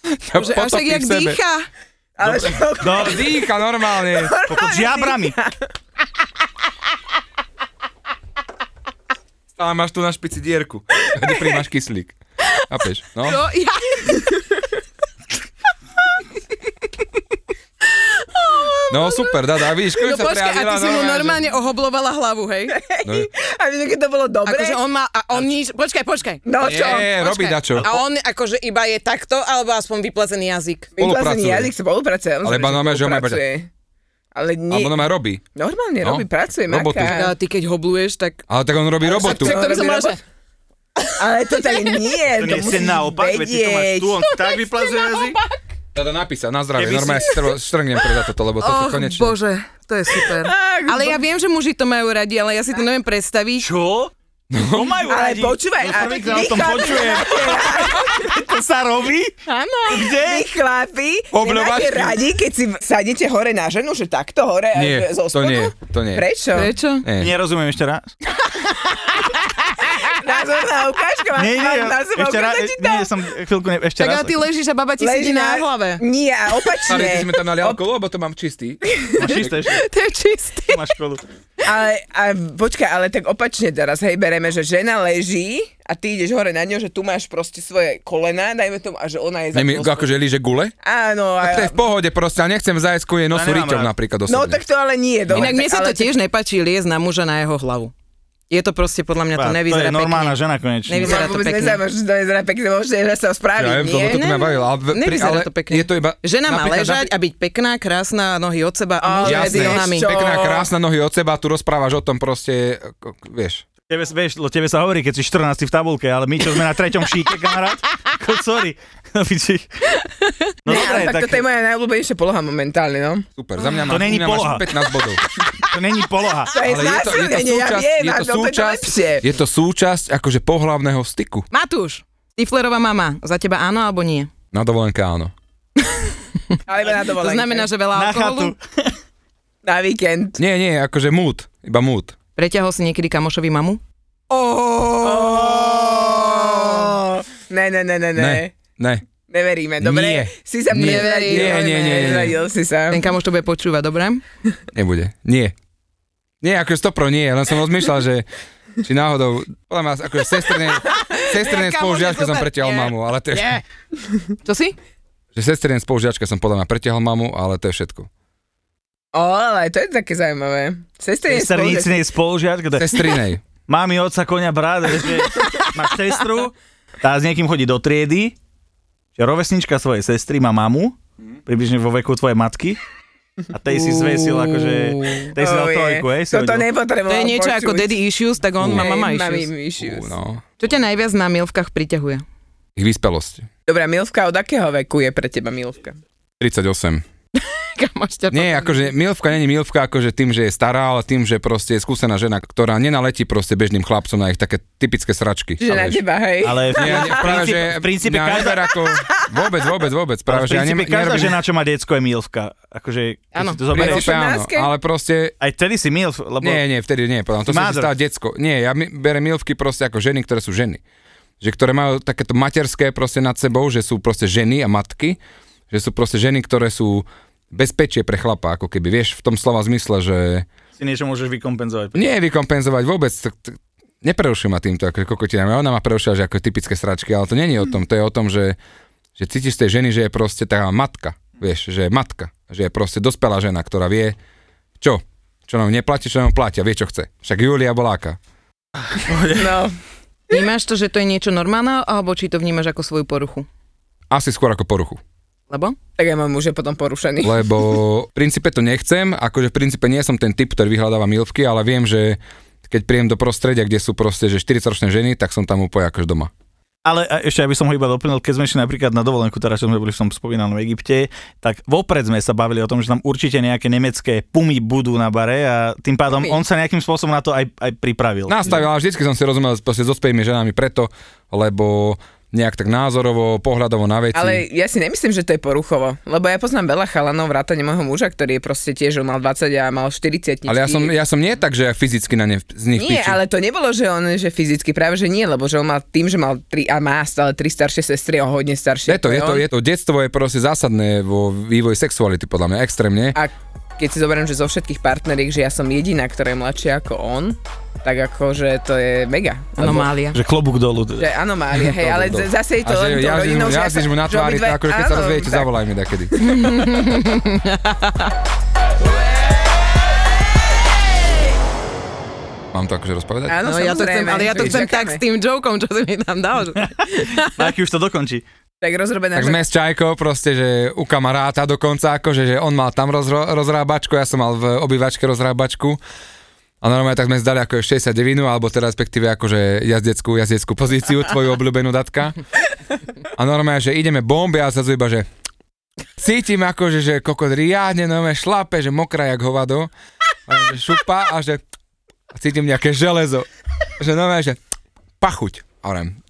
Speaker 2: Ah. Že a však
Speaker 4: potopí
Speaker 2: jak
Speaker 4: v sebe.
Speaker 2: dýcha.
Speaker 3: Ale že
Speaker 5: No,
Speaker 4: Dýcha normálne.
Speaker 5: kokot s jabrami.
Speaker 4: Stále máš tu na špici dierku. A ty príjmaš kyslík. Chápeš, no?
Speaker 2: No, ja...
Speaker 4: No super, dá, dá,
Speaker 2: No
Speaker 4: vidíš, koľko sa
Speaker 2: počkaj, a
Speaker 4: prejavila
Speaker 2: ty si mu
Speaker 4: normálne, že-
Speaker 2: normálne ohoblovala hlavu, hej?
Speaker 4: No,
Speaker 3: A my keď to bolo dobre.
Speaker 2: Akože on má, a on nič, počkaj, počkaj.
Speaker 3: No čo?
Speaker 4: Nie, robí
Speaker 2: Počkaj.
Speaker 4: dačo.
Speaker 2: A on akože iba je takto, alebo aspoň vyplazený jazyk.
Speaker 3: Vyplazený
Speaker 4: spolupracuje.
Speaker 3: jazyk spolupracuje.
Speaker 4: Ale iba normálne, že on má iba-
Speaker 3: Ale nie,
Speaker 4: Alebo on má robí.
Speaker 3: normálne
Speaker 4: No.
Speaker 3: robí, pracuje,
Speaker 2: A
Speaker 4: Robotu.
Speaker 3: maká.
Speaker 2: ty keď hobluješ, tak...
Speaker 4: Ale tak on robí robotu.
Speaker 2: Tak to by som
Speaker 3: Robí
Speaker 2: mala, že...
Speaker 3: Ale to tak nie,
Speaker 5: To
Speaker 3: to
Speaker 5: nie je
Speaker 3: musíš
Speaker 5: naopak, veď ty to máš
Speaker 3: vedieť.
Speaker 5: tu, on tak vyplazuje jazyk.
Speaker 4: Teda napísať, na zdravie,
Speaker 5: Keby si-
Speaker 4: normálne si trvo- štrngnem pre toto, lebo toto
Speaker 2: Och,
Speaker 4: konečne.
Speaker 2: bože, to je super. Ale ja viem, že muži to majú radi, ale ja si to neviem predstaviť.
Speaker 5: Čo? To majú
Speaker 3: Ale
Speaker 5: radi.
Speaker 3: počúvaj,
Speaker 5: No
Speaker 3: a
Speaker 5: prvýkrát
Speaker 3: my
Speaker 5: o tom
Speaker 3: chlapi-
Speaker 5: počujem. to sa robí?
Speaker 2: Áno.
Speaker 5: Kde?
Speaker 3: Vy chlapi,
Speaker 4: Obľovačky.
Speaker 3: nemáte radi, keď si sadnete hore na ženu, že takto hore
Speaker 4: Nie,
Speaker 3: e, zo
Speaker 4: to
Speaker 3: spodu?
Speaker 4: nie, to nie.
Speaker 3: Prečo?
Speaker 2: Prečo?
Speaker 4: Nie.
Speaker 5: Nerozumiem ešte raz.
Speaker 3: Názorná ukážka, mám,
Speaker 5: Nie, nie,
Speaker 3: mám na seba
Speaker 5: ešte raz,
Speaker 3: ukázať ti to.
Speaker 5: nie, som chvíľku, ne, ešte
Speaker 2: Tak ale
Speaker 5: raz.
Speaker 2: ty ležíš a baba ti
Speaker 3: Leží
Speaker 2: sedí na hlave.
Speaker 3: Nie, a opačne.
Speaker 4: Ale ty sme tam nali alkohol, lebo to mám čistý.
Speaker 5: Máš čisté ešte,
Speaker 2: To je čistý.
Speaker 5: máš školu.
Speaker 3: Ale, a, počkaj, ale tak opačne teraz, hej, bereme, že žena leží a ty ideš hore na ňu, že tu máš proste svoje kolena, dajme tomu, a že ona je za
Speaker 4: Nemi,
Speaker 3: tvoje-
Speaker 4: akože líže gule?
Speaker 3: Áno,
Speaker 4: A to je
Speaker 3: a,
Speaker 4: v pohode proste, ale nechcem zajsť ku jej nosu
Speaker 5: Ja nemám
Speaker 4: riťom
Speaker 5: rád.
Speaker 4: napríklad osobne.
Speaker 3: no tak to ale nie je dobre.
Speaker 2: Inak mne
Speaker 3: tak,
Speaker 2: sa
Speaker 3: ale
Speaker 2: to tiež nepačí liesť na muža na jeho hlavu. Je to proste podľa mňa to
Speaker 5: Pá,
Speaker 2: nevyzerá
Speaker 5: to je normálna
Speaker 2: pekne.
Speaker 5: žena konečne.
Speaker 2: Nevyzerá-
Speaker 3: Vyzerá to
Speaker 2: to pekne.
Speaker 3: pekne. Vyzerá pekne, možno že sa
Speaker 4: Ja
Speaker 3: spraví,
Speaker 4: viem,
Speaker 3: nie?
Speaker 4: lebo to tu ma
Speaker 2: Ne,
Speaker 4: bavilo. Ale, pri,
Speaker 2: nevyzerá
Speaker 4: ale
Speaker 2: to pekne.
Speaker 4: je to iba...
Speaker 2: Žena má
Speaker 4: napríklad-
Speaker 2: ležať a byť pekná, krásna, nohy od seba a muž medzi
Speaker 4: Jasné,
Speaker 2: nohami.
Speaker 3: čo?
Speaker 4: pekná, krásna nohy od seba, tu rozprávaš o tom proste, ako- vieš.
Speaker 5: Tebe, vieš, lo- tebe sa hovorí, keď si 14 v tabulke, ale my čo sme na treťom šíke, kamarát? Ko, sorry. No, piči. no
Speaker 3: Ne, ale fakt, toto je moja najobľúbenejšia poloha momentálne, no.
Speaker 4: Super, za mňa,
Speaker 5: To
Speaker 4: máš- za
Speaker 5: není
Speaker 4: mňa máš
Speaker 5: poloha.
Speaker 4: 15 bodov.
Speaker 5: to není poloha.
Speaker 3: To je znásilnenie, ja viem,
Speaker 4: je to
Speaker 3: a no, to je to
Speaker 4: súčasť,
Speaker 3: lepšie.
Speaker 4: je to súčasť akože pohlavného styku.
Speaker 2: Matúš, Stiflerová mama, za teba áno alebo nie?
Speaker 4: Na dovolenke áno.
Speaker 3: Ale iba na
Speaker 2: To
Speaker 3: dovolenke.
Speaker 2: znamená, že veľa
Speaker 5: Na
Speaker 2: alkoholu.
Speaker 5: chatu.
Speaker 3: Na víkend.
Speaker 4: Nie, nie, akože mood, iba mood.
Speaker 2: Preťahol si niekedy kamošovi mamu?
Speaker 3: Oh. Ne, ne, ne, ne, ne.
Speaker 4: Ne.
Speaker 3: Neveríme, dobre?
Speaker 4: Nie.
Speaker 3: Si sa
Speaker 4: Nie.
Speaker 3: neveril.
Speaker 4: Nie, nie, nie, nie.
Speaker 3: Neveril si sa.
Speaker 2: Ten kamoš to bude počúvať, dobre?
Speaker 4: Nebude. Nie. Nie, akože stopro nie, len som rozmýšľal, že či náhodou, podľa mňa, akože sestrne, sestrne
Speaker 2: Ja, kámo,
Speaker 4: spolužiačka
Speaker 2: že
Speaker 4: som
Speaker 2: super.
Speaker 4: preťahol
Speaker 2: Nie.
Speaker 4: mamu, ale to je,
Speaker 2: Čo si?
Speaker 4: že sestrne spolužiačka som podľa mňa preťahol mamu, ale to je všetko.
Speaker 3: O, ale to je také zaujímavé. Sestry je spolu, že-
Speaker 5: Sestrnícnej spolužiačka. to je-
Speaker 4: Sestrinej.
Speaker 5: Mami, otca, konia, brat, vieš, že máš sestru, tá s niekým chodí do triedy, že rovesnička svojej sestry má mamu,
Speaker 4: Mhm.
Speaker 5: približne vo veku tvojej matky, a tej si zvesil akože, tej si dal
Speaker 3: Oh, je.
Speaker 5: trojku, hej, si
Speaker 3: Toto
Speaker 5: hodil.
Speaker 2: To
Speaker 3: nepotreboval
Speaker 2: je niečo
Speaker 3: počuť.
Speaker 2: ako daddy issues, tak on má
Speaker 3: Hej,
Speaker 2: mama
Speaker 3: mami
Speaker 2: issues.
Speaker 3: issues.
Speaker 4: Ú, no.
Speaker 2: Čo ťa najviac na milvkách priťahuje?
Speaker 4: Ich vyspelosť.
Speaker 3: Dobre, Milvka, od akého veku je pre teba Milvka?
Speaker 4: 38.
Speaker 2: Kamoš ťa
Speaker 4: Nie, akože milvka není milvka akože tým, že je stará, ale tým, že proste je skúsená žena, ktorá nenaletí proste bežným chlapcom na ich také typické sračky.
Speaker 3: Že
Speaker 4: Ale
Speaker 3: na
Speaker 4: vieš.
Speaker 3: teba, hej?
Speaker 5: Ale v,
Speaker 4: Nie, nie,
Speaker 5: v
Speaker 4: práve,
Speaker 5: princípe,
Speaker 4: že
Speaker 5: v princípe
Speaker 4: mňa
Speaker 5: každá,
Speaker 4: neber ako, vôbec, vôbec, vôbec.
Speaker 5: v
Speaker 4: Práve, že ja ne,
Speaker 5: princípe každá
Speaker 4: nerobím,
Speaker 5: žena, čo má diecko, je milvka. Akože, keď
Speaker 2: Áno.
Speaker 5: si to
Speaker 4: v
Speaker 5: zoberieš,
Speaker 4: princípe áno,
Speaker 3: 18-ke?
Speaker 4: ale proste
Speaker 5: aj vtedy si milf, lebo
Speaker 4: Nie, nie, vtedy nie, podľa mňa. To sa ti
Speaker 5: Mother.
Speaker 4: stalo decko. Nie, ja mi- berem milvky proste ako ženy, ktoré sú ženy. Že ktoré majú takéto materské proste nad sebou, že sú proste ženy a matky, že sú proste ženy, ktoré sú bezpečie pre chlapa, ako keby, vieš, v tom slova zmysle, že
Speaker 5: si niečo môžeš vykompenzovať.
Speaker 4: nie je vykompenzovať vôbec, tak, tak neprerušuj ma týmto, ako kokotinami, ona ma prerušila, že ako typické sračky, ale to nie je o tom, to je o tom, že, že cítiš z tej ženy, že je proste tá matka, vieš, že je matka, že je proste dospelá žena, ktorá vie, čo, čo nám neplatí, čo nám platia, vie, čo chce. Však Julia Boláka.
Speaker 3: No,
Speaker 2: Vnímaš to, že to je niečo normálne, alebo či to vnímaš ako svoju poruchu?
Speaker 4: Asi skôr ako poruchu.
Speaker 2: Lebo?
Speaker 3: tak aj môj muž je potom porušený.
Speaker 4: Lebo v princípe to nechcem, akože v princípe nie som ten typ, ktorý vyhľadáva milvky, ale viem, že keď príjem do prostredia, kde sú proste že 40-ročné ženy, tak som tam úplne akož doma.
Speaker 5: Ale a ešte, aby som ho iba doplnil, keď sme išli napríklad na dovolenku, teraz čo sme boli v tom spomínanom Egypte, tak vopred sme sa bavili o tom, že tam určite nejaké nemecké pumy budú na bare a tým pádom on sa nejakým spôsobom na to aj, aj pripravil.
Speaker 4: Nastavila, vždycky som si rozumel proste so spejými ženami preto, lebo nejak tak názorovo, pohľadovo na veci.
Speaker 3: Ale ja si nemyslím, že to je poruchovo, lebo ja poznám veľa chalanov vrátane môjho muža, ktorý je proste tiež on mal 20 a mal 40.
Speaker 4: ale ja som, ja som nie tak, že ja fyzicky na ne z nich
Speaker 3: Nie,
Speaker 4: pičím.
Speaker 3: ale to nebolo, že on, že fyzicky, práve že nie, lebo že on mal tým, že mal tri a má stále tri staršie sestry a hodne staršie.
Speaker 4: Je to, je to,
Speaker 3: on.
Speaker 4: je to, detstvo je proste zásadné vo vývoji sexuality, podľa mňa, extrémne.
Speaker 3: A keď si zoberiem, že zo všetkých partneriek, že ja som jediná, ktorá je mladšia ako on, tak akože to je mega. Lebo-
Speaker 2: Anomália.
Speaker 5: Že klobúk dolu.
Speaker 4: Hm.
Speaker 5: Teda.
Speaker 3: Že anomália, hej, ale z- zase je to
Speaker 4: a že
Speaker 3: len tou
Speaker 4: jazdíš
Speaker 3: rodinou,
Speaker 4: mu,
Speaker 3: že ja
Speaker 4: jazdíš
Speaker 3: sa-
Speaker 4: mu na
Speaker 3: že
Speaker 4: tvári, akože
Speaker 3: obidva-
Speaker 4: tak ako keď sa
Speaker 3: áno,
Speaker 4: rozviete,
Speaker 3: tak.
Speaker 4: zavolaj mi takedy. Mám to akože rozpovedať?
Speaker 3: Áno,
Speaker 2: No, ja to chcem,
Speaker 3: samozrejme,
Speaker 2: ale ja to
Speaker 3: veď
Speaker 2: chcem tak
Speaker 3: čakáme.
Speaker 2: s tým jokom, čo si mi tam dal. že-
Speaker 5: Aký No, už to dokončí.
Speaker 3: Tak rozrobená.
Speaker 4: Tak
Speaker 3: že-
Speaker 4: sme s Čajkou proste, že u kamaráta dokonca, akože, že on mal tam rozro- rozrábačku, ja som mal v obývačke rozrábačku. A normálne tak sme zdali ako 69, alebo teda respektíve akože jazdeckú, jazdeckú pozíciu, tvoju obľúbenú datka. A normálne, že ideme bomby a zrazu iba, že cítim akože, že kokot riadne, normálne šlape, že mokrá jak hovado. A že šupa a že a cítim nejaké železo. Že normálne, že pachuť. A hovorím,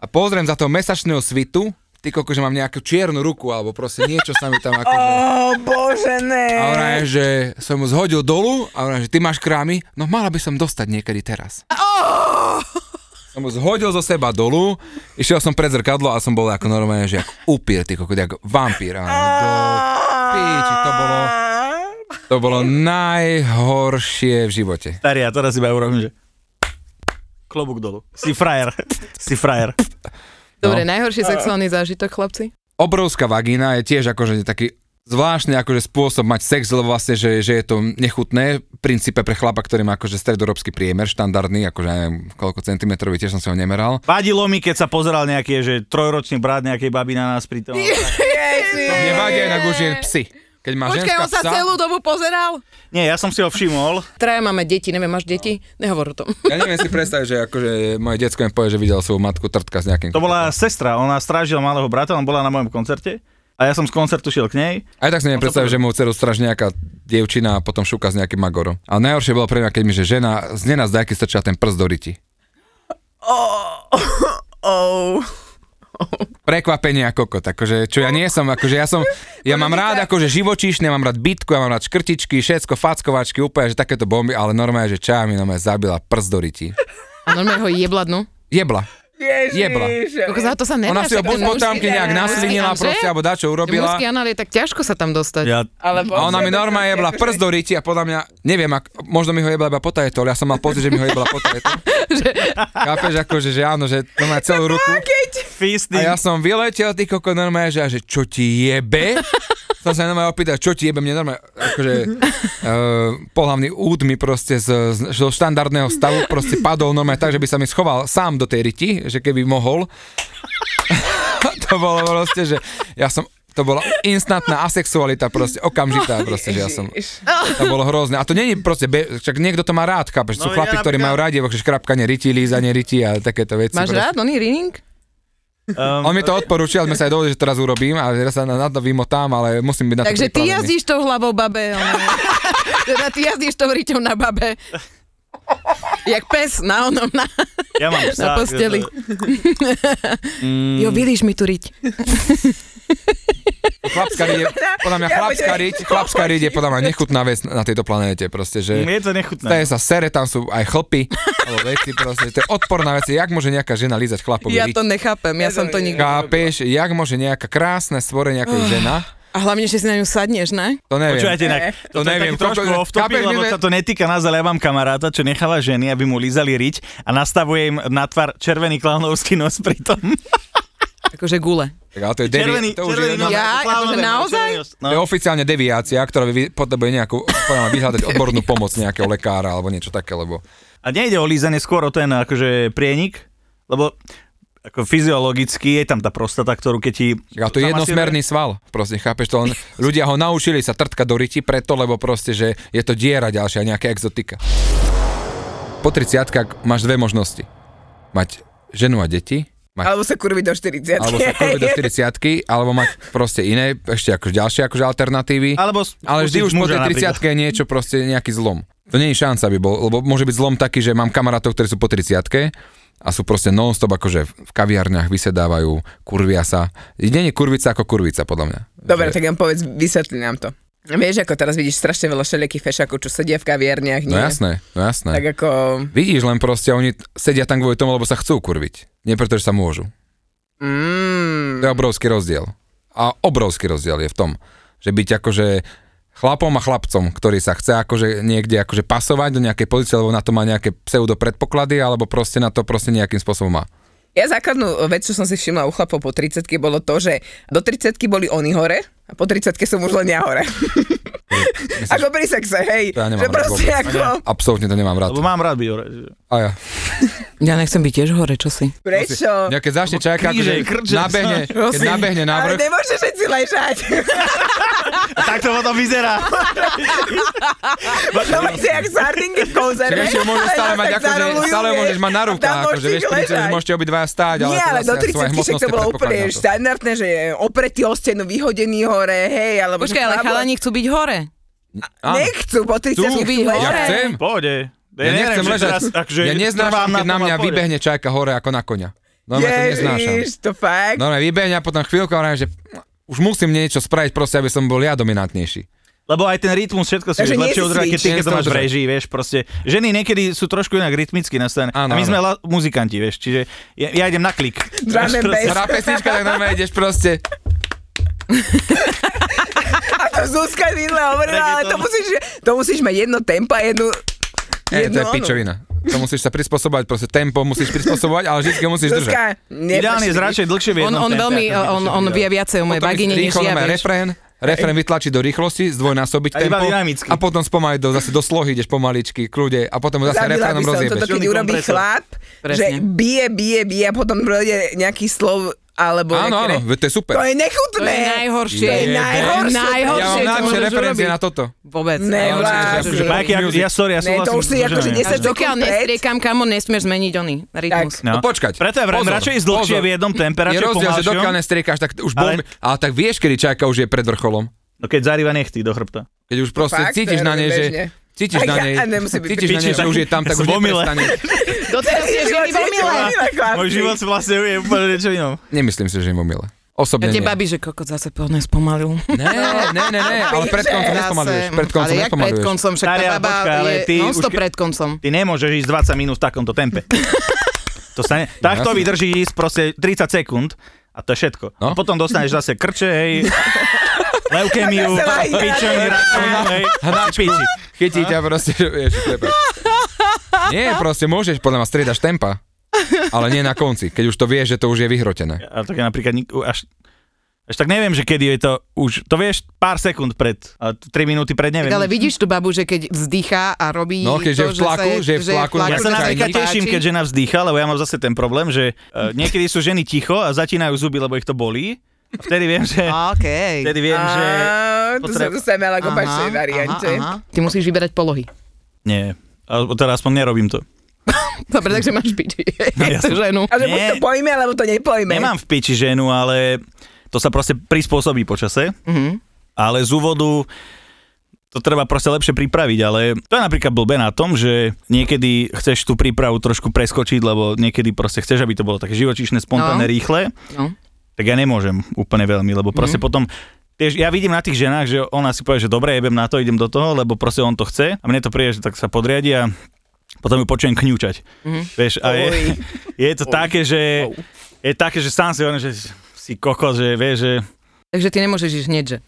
Speaker 4: a pozriem za toho mesačného svitu, ty koko, že mám nejakú čiernu ruku, alebo proste niečo sa mi tam akože...
Speaker 3: Ó, bože, ne.
Speaker 4: A ona je, že som mu zhodil dolu a ona je, že ty máš krámy, no mala by som dostať niekedy teraz. Som mu zhodil zo seba dolu, išiel som pred zrkadlo a som bol ako normálne, že ako upír, ty koko, ako vampír. A ona, do píči, to bolo, to bolo najhoršie v živote.
Speaker 5: Starý, ja teraz iba urobím, že klobúk dolu. Si frajer, si frajer.
Speaker 3: No.
Speaker 2: Dobre, najhorší sexuálny zážitok, chlapci?
Speaker 4: obrovská vagína je tiež akože taký zvláštny akože spôsob mať sex, lebo vlastne, že, že je to nechutné v princípe pre chlapa, ktorý má akože stredoeurópsky priemer, štandardný, akože ja neviem, koľko centimetrový, tiež som si ho nemeral.
Speaker 5: Vadilo mi, keď sa pozeral nejaký, že trojročný brat nejakej baby na nás pritom.
Speaker 4: Mne vadia inak už je psy. Keď má
Speaker 2: Počkaj,
Speaker 4: ženská
Speaker 2: on sa
Speaker 4: psa,
Speaker 2: celú dobu pozeral.
Speaker 5: Nie, ja som si ho všimol.
Speaker 2: Traja máme deti, neviem, máš deti? Nehovor o tom.
Speaker 4: ja neviem si predstaviť, že akože moje detsko mi povie, že videl svoju matku trtka s nejakým.
Speaker 5: To bola sestra, ona strážila malého brata, on bola na mojom koncerte. A ja som z koncertu šiel k nej.
Speaker 4: Aj tak si neviem
Speaker 5: No,
Speaker 4: predstaviť, že
Speaker 5: dobre.
Speaker 4: mu dceru straž nejaká dievčina a potom šúka s nejakým magorom. A najhoršie bolo pre mňa, keď mi že žena z nenazdajky strčila ten prst do riti.
Speaker 3: Oh.
Speaker 4: prekvapenie a kokot. Akože, čo ja nie som, akože ja som, ja mám rád akože živočíšne, mám rád bitku, ja mám rád škrtičky, všetko, fackovačky, úplne, že takéto bomby, ale normálne, že čaja mi normálne zabila prst do ryti.
Speaker 2: A normálne ho jebla dnu.
Speaker 4: Jebla.
Speaker 3: Ježiš.
Speaker 4: Jebla.
Speaker 2: Ako za to sa nedáš.
Speaker 4: Ona si ho
Speaker 2: tak
Speaker 4: buď
Speaker 2: ten mužský-
Speaker 4: potámky nejak
Speaker 2: ten mužský
Speaker 4: naslinila
Speaker 2: anal, že?
Speaker 4: proste, alebo dačo
Speaker 2: Ten
Speaker 4: urobila.
Speaker 2: Mužský anal je tak ťažko sa tam dostať.
Speaker 5: Ja,
Speaker 3: Ale bože,
Speaker 4: A ona mi
Speaker 3: to
Speaker 4: normálne
Speaker 3: som si
Speaker 4: jebla
Speaker 3: akože-
Speaker 4: prst do ryti a podľa mňa, neviem, ak, možno mi ho jebla iba po tajtol, ja som mal pocit, že mi ho jebla po tajtol. Chápeš, akože, že áno, že to má celú ruku. A
Speaker 5: fisty.
Speaker 4: ja som vyletel, ty koko, normálne, že, a že čo ti jebe? som sa normálne opýtal, čo ti jebe mne normálne, akože uh, pohlavný úd mi proste z, z, zo štandardného stavu proste padol normálne tak, že by sa mi schoval sám do tej riti, že keby mohol. to bolo proste, že ja som, to bola instantná asexualita proste,
Speaker 2: No,
Speaker 4: okamžitá proste, že ja som, to bolo hrozné. A to není proste, be, však niekto to má rád, chápeš, sú
Speaker 5: No,
Speaker 4: chlapi,
Speaker 5: ja
Speaker 4: ktorí majú
Speaker 5: napríklad-
Speaker 4: rádi, že škrapkanie riti, lízanie riti a takéto veci.
Speaker 2: Máš
Speaker 4: proste.
Speaker 2: rád oný rinning?
Speaker 4: On
Speaker 5: Um,
Speaker 4: mi to odporúčil, ale sme sa aj dohodli, že teraz urobím a teraz sa na, na to vymotám, ale musím byť na to
Speaker 2: Takže ty
Speaker 4: pripravený.
Speaker 2: jazdíš tou hlavou babe. ale- teda ty jazdíš tou riťou na babe. Jak pes na onom, na,
Speaker 5: ja mám
Speaker 2: na
Speaker 5: psa,
Speaker 2: posteli.
Speaker 5: že to-
Speaker 3: Mm.
Speaker 2: Jo, vylíš mi tu riť.
Speaker 4: Chlapská riť, je- podľa mňa chlapská riť, chlapská riť je podľa mňa nechutná vec na tejto planéte, proste, že
Speaker 5: Mm, Je to nechutné.
Speaker 4: staje sa sere, tam sú aj chlpy, alebo veci proste, to je odporná vec, jak môže nejaká žena lízať chlapovi
Speaker 2: Ja
Speaker 4: riť?
Speaker 2: to nechápem, ja som to nikdy... Ah.
Speaker 4: Chápeš, jak môže nejaká krásne stvorenie ako je žena,
Speaker 2: A hlavne, že si na ňu sadneš, ne?
Speaker 4: to neviem.
Speaker 5: Počúvajte, inak,
Speaker 4: to
Speaker 5: to, to
Speaker 4: neviem,
Speaker 5: neviem, trošku
Speaker 4: koľko-
Speaker 5: off topic,
Speaker 4: chápeš, my
Speaker 5: lebo
Speaker 4: sme-
Speaker 5: sa to netýka nás, ale ja mám kamaráta, čo necháva ženy, aby mu lízali riť a nastavuje im na tvár červený klaunovský nos pritom.
Speaker 2: Akože gule.
Speaker 4: Tak, ale to je, devi-
Speaker 5: Červený,
Speaker 4: to už je
Speaker 5: červený
Speaker 4: normálne-
Speaker 2: Ja?
Speaker 5: ako klaunové,
Speaker 2: Akože
Speaker 5: no,
Speaker 2: naozaj?
Speaker 5: červený nos. No.
Speaker 4: To je oficiálne deviácia, ktorá vy- potrebuje nejakú, podľa mňa, vyhľadať odbornú pomoc nejakého lekára alebo niečo také, lebo
Speaker 5: A nejde o lízanie, skôr o ten akože prienik, lebo ako fyziologicky je tam tá prostata, ktorú keď ti...
Speaker 4: A to je
Speaker 5: tam asi-
Speaker 4: jednosmerný sval, proste, chápeš to? Len ľudia ho naučili sa trtka do riti preto, lebo proste, že je to diera ďalšia, nejaká exotika. Po 30 máš dve možnosti. Mať ženu a deti, mať,
Speaker 3: Alebo sa kurvi do 40.
Speaker 4: alebo sa kurviť do 40 alebo mať proste iné, ešte akože ďalšie akože alternatívy.
Speaker 5: Alebo s-
Speaker 4: Ale vždy
Speaker 5: pustiť
Speaker 4: už po
Speaker 5: muža
Speaker 4: tej
Speaker 5: napríklad.
Speaker 4: 30 je niečo proste nejaký zlom. To nie je šanca, aby bol, lebo môže byť zlom taký, že mám kamarátov, ktorí sú po 30 a sú proste non-stop akože v kaviarniach vysedávajú, kurvia sa. Nie je kurvica ako kurvica, podľa mňa.
Speaker 3: Dobre,
Speaker 4: Že-
Speaker 3: tak nám povedz, vysvetli nám to. Vieš, ako teraz vidíš strašne veľa všelijakých fešakov, čo sedia v kaviarniach,
Speaker 4: No
Speaker 3: nie?
Speaker 4: jasné, no jasné.
Speaker 3: Tak ako...
Speaker 4: Vidíš, len proste oni t- sedia tam kvôli tomu, lebo sa chcú kurviť. Nie preto, že sa môžu.
Speaker 3: Mm,
Speaker 4: To je obrovský rozdiel. A obrovský rozdiel je v tom, že byť akože chlapom a chlapcom, ktorý sa chce akože niekde akože pasovať do nejakej pozície, lebo na to má nejaké pseudo predpoklady, alebo proste na to proste nejakým spôsobom má.
Speaker 3: Ja základnú vec, čo som si všimla u chlapov po 30 bolo to, že do 30 boli oni hore a po 30 som už len ja hore. ako pri sexe, hej.
Speaker 4: To ja nemám
Speaker 3: že
Speaker 4: rád
Speaker 3: proste
Speaker 4: vôbec.
Speaker 3: ako...
Speaker 4: Absolútne to nemám rád.
Speaker 5: Lebo mám rád byť hore. že-
Speaker 4: A ja.
Speaker 2: Ja nechcem byť tiež hore, čo si?
Speaker 3: Prečo?
Speaker 4: Ja keď začne čakať,
Speaker 5: kríže,
Speaker 4: že
Speaker 5: krče,
Speaker 4: nabehne, keď
Speaker 2: prosím.
Speaker 4: nabehne na
Speaker 3: Ale
Speaker 4: vrch,
Speaker 3: nemôžeš všetci ležať.
Speaker 5: Tak to potom vyzerá.
Speaker 3: to máte No, jak sardinky v
Speaker 4: Čiže
Speaker 3: konzerve.
Speaker 4: vieš, ju môžeš stále mať, akože, stále ju môžeš mať na rukách, akože vieš, princíp, že môžete obidvaja stáť, ale
Speaker 3: Nie,
Speaker 4: teda
Speaker 3: ale do
Speaker 4: sa svoje
Speaker 3: 30 však
Speaker 4: hmotnosti
Speaker 3: to bolo
Speaker 4: predpokladám no.
Speaker 3: úplne
Speaker 4: to.
Speaker 3: štandardné, že je opretý o stenu, vyhodený hore, hej, alebo...
Speaker 2: Počkaj, ale chalani chcú byť hore.
Speaker 4: Áno.
Speaker 3: Nechcú, po 30
Speaker 4: Chcú,
Speaker 3: chcú
Speaker 2: byť
Speaker 4: Ja
Speaker 3: ležať.
Speaker 2: hore.
Speaker 4: chcem.
Speaker 5: Pohode.
Speaker 4: Ja nechcem ležať.
Speaker 3: akože
Speaker 4: Ja neznášam, keď na mňa vybehne čajka hore ako na konia. No, ja to neznášam.
Speaker 3: Ježiš, to fakt.
Speaker 4: No, vybehne a potom chvíľku a hovorím, že už musím niečo spraviť proste, aby som bol ja dominantnejší.
Speaker 5: Lebo aj ten rytmus, všetko si
Speaker 3: Takže
Speaker 5: vieš
Speaker 3: nie
Speaker 5: lepšie
Speaker 3: si
Speaker 5: odrať, keď
Speaker 3: switch,
Speaker 5: ty,
Speaker 4: nie
Speaker 5: keď
Speaker 4: si
Speaker 5: to máš v
Speaker 4: odrať.
Speaker 5: režii, vieš, proste. Ženy niekedy sú trošku inak rytmicky nastavené. A
Speaker 4: Áno,
Speaker 5: my
Speaker 4: áno.
Speaker 5: sme la- muzikanti, vieš, čiže ja, ja idem na klik.
Speaker 3: Drum and bass.
Speaker 4: Hrá pesnička, tak normálne ideš proste.
Speaker 3: A to Zuzka Vindle hovorila,
Speaker 5: Tak je
Speaker 3: ale
Speaker 5: to-
Speaker 3: to musíš, to musíš mať jedno tempo a jednu...
Speaker 4: Nie, to je
Speaker 3: jednu onu.
Speaker 4: pičovina. To musíš sa prispôsobovať, proste tempo musíš prispôsobovať, ale vždy musíš držať.
Speaker 3: Zuzka, nepočuj.
Speaker 5: Ideálne je zračať dlhšie v
Speaker 2: On,
Speaker 5: jednom
Speaker 2: on
Speaker 5: tempe,
Speaker 2: veľmi,
Speaker 5: ako by to
Speaker 2: on,
Speaker 5: všetko
Speaker 2: on
Speaker 5: vydalo.
Speaker 2: vie viacej o mojej
Speaker 4: Potom
Speaker 2: vagine,
Speaker 4: ísť
Speaker 2: než
Speaker 4: rýchlo
Speaker 2: ja,
Speaker 4: normálne
Speaker 2: vieš.
Speaker 4: refrén, refrén vytlačiť do rýchlosti, zdvojnásobiť
Speaker 5: A iba
Speaker 4: tempo
Speaker 5: dynamicky.
Speaker 4: a potom spomaliť do, zase do slohy, ideš pomaličky, kľude a potom zase
Speaker 3: Zabila by
Speaker 4: refrénom
Speaker 3: som toto,
Speaker 4: rozjebeš.
Speaker 3: keď
Speaker 5: Silný
Speaker 3: urobí
Speaker 5: kompresor.
Speaker 3: chlap, že
Speaker 2: Presne.
Speaker 3: bije, bije, bije a potom príde nejaký slov alebo
Speaker 4: Áno, áno,
Speaker 3: nejaké-
Speaker 4: veď to je super.
Speaker 3: To je
Speaker 2: To
Speaker 3: nechutné.
Speaker 2: je najhoršie.
Speaker 4: To je
Speaker 3: najhoršie.
Speaker 4: Ja
Speaker 2: najhoršie,
Speaker 4: mám
Speaker 2: čo
Speaker 4: najlepšie
Speaker 2: môžeš
Speaker 4: referencie
Speaker 2: urobiť.
Speaker 4: na toto.
Speaker 2: Vôbec.
Speaker 3: Nevlá-
Speaker 2: najhoršie, čo môžeš
Speaker 4: Akože
Speaker 2: urobiť.
Speaker 5: Majky, ako- ja sorry, ja
Speaker 3: Ne, to
Speaker 5: súhlasím.
Speaker 3: už si
Speaker 5: so
Speaker 3: akože
Speaker 5: ženami.
Speaker 3: nesem
Speaker 2: Až dokiaľ
Speaker 3: Dokonca-
Speaker 2: nestriekam, kamo, nesmieš zmeniť oný rytmus.
Speaker 4: No počkať.
Speaker 5: Preto ja vrajím,
Speaker 4: Pozor,
Speaker 5: radšej ísť dlhšie
Speaker 4: pozor.
Speaker 5: v jednom tempe,
Speaker 4: Je
Speaker 5: radšej
Speaker 4: rozdiel, že dokiaľ
Speaker 5: pomalšom.
Speaker 4: nestriekáš, tak už
Speaker 5: Ale-
Speaker 4: bomby, ale tak vieš, kedy čajka už je pred vrcholom.
Speaker 5: No keď zarýva nechty do chrbta.
Speaker 4: Keď už proste
Speaker 3: Fakt, to
Speaker 4: cítiš
Speaker 3: ja
Speaker 4: na nej,
Speaker 3: robím
Speaker 4: že...
Speaker 3: bežne.
Speaker 4: Cítiš
Speaker 3: A
Speaker 4: na
Speaker 3: ja-
Speaker 4: nej,
Speaker 3: a nemusí byť
Speaker 4: cítiš na nej, že
Speaker 5: piči,
Speaker 4: už je
Speaker 5: tak-
Speaker 4: tam, tak už
Speaker 5: zvomile.
Speaker 4: neprestane.
Speaker 2: Doteraz je ženy v omyle.
Speaker 5: Môj život vlastne je úplne niečo inom.
Speaker 4: Nemyslím si, že im omile.
Speaker 2: Ja
Speaker 4: Osobne
Speaker 2: tie
Speaker 4: nie.
Speaker 2: babi, že kokot zase po mne spomalil.
Speaker 4: Ne, ne, ne, ne, ale pred koncom nespomaluješ. Pred koncom
Speaker 2: ale jak pred
Speaker 4: nespomaluješ.
Speaker 2: koncom, však
Speaker 5: Stará,
Speaker 2: tá baba
Speaker 5: počkaj, ale
Speaker 2: je
Speaker 5: ty už
Speaker 2: non-stop
Speaker 5: ke-
Speaker 2: pred koncom.
Speaker 5: Ty nemôžeš ísť 20 minút v takomto tempe. To sa ne... Takto
Speaker 4: jasne.
Speaker 5: vydrží ísť proste 30 sekúnd a to je všetko.
Speaker 4: No.
Speaker 5: A potom dostaneš zase krče, hej, leukemiu,
Speaker 3: Zase lahyda.
Speaker 5: pičoviny, rakovinu, hej, piči.
Speaker 4: Chytí ťa proste, že vieš, klepe. Nie, proste môžeš, podľa ma striedaš tempa. Ale nie na konci, keď už to vieš, že to už je vyhrotené.
Speaker 5: Ale tak ja napríklad nik- až, až tak neviem, že kedy je to už, to vieš pár sekúnd pred, ale 3 minúty pred
Speaker 2: Tak
Speaker 5: neviem.
Speaker 2: ale vidíš tú babu, že keď vzdychá a robí
Speaker 4: No, keďže je
Speaker 2: to,
Speaker 4: v tlaku,
Speaker 2: sa
Speaker 4: že je v tlaku,
Speaker 5: ja
Speaker 4: Ako
Speaker 5: sa
Speaker 4: sa
Speaker 5: napríklad
Speaker 4: ti
Speaker 5: teším, keď žena vzdýcha, lebo ja mám zase ten problém, že uh, niekedy sú ženy ticho a zatínajú zuby, lebo ich to bolí. A vtedy viem, že...
Speaker 2: Okej.
Speaker 5: Vtedy viem, že...
Speaker 3: To sa
Speaker 5: potreb-
Speaker 3: dostaneme No, ale k
Speaker 2: Aha,
Speaker 3: opačnej
Speaker 2: aha,
Speaker 3: variante.
Speaker 2: aha. Ty musíš vyberať polohy.
Speaker 5: Nie. Alebo teda aspoň nerobím to.
Speaker 2: Dobre, takže máš no. piči.
Speaker 4: No,
Speaker 5: Ja som-
Speaker 2: ženu.
Speaker 3: A že buď
Speaker 5: Nie.
Speaker 3: to pojme, alebo to nepojme.
Speaker 5: Nemám v piči ženu, ale to sa proste prispôsobí počase.
Speaker 2: Mhm.
Speaker 5: Ale z úvodu to treba proste lepšie pripraviť, ale to je napríklad blbé na tom, že niekedy chceš tú prípravu trošku preskočiť, lebo niekedy proste chceš, aby to bolo také živočíšne,
Speaker 2: No.
Speaker 5: spontánne, rýchle.
Speaker 2: No.
Speaker 5: Tak ja nemôžem úplne veľmi, lebo proste
Speaker 3: Mhm.
Speaker 5: potom Tiež ja vidím na tých ženách, že ona si povie, že dobre, jebem na to, idem do toho, lebo proste on to chce a mne to príde, že tak sa podriadi a potom ju počujem kňučať. Vieš, a je,
Speaker 3: Mhm. Oj.
Speaker 5: je to také, že je také, že sám si hovorím, že si kokos, že vieš, že
Speaker 2: Takže ty nemôžeš ísť hneď, že?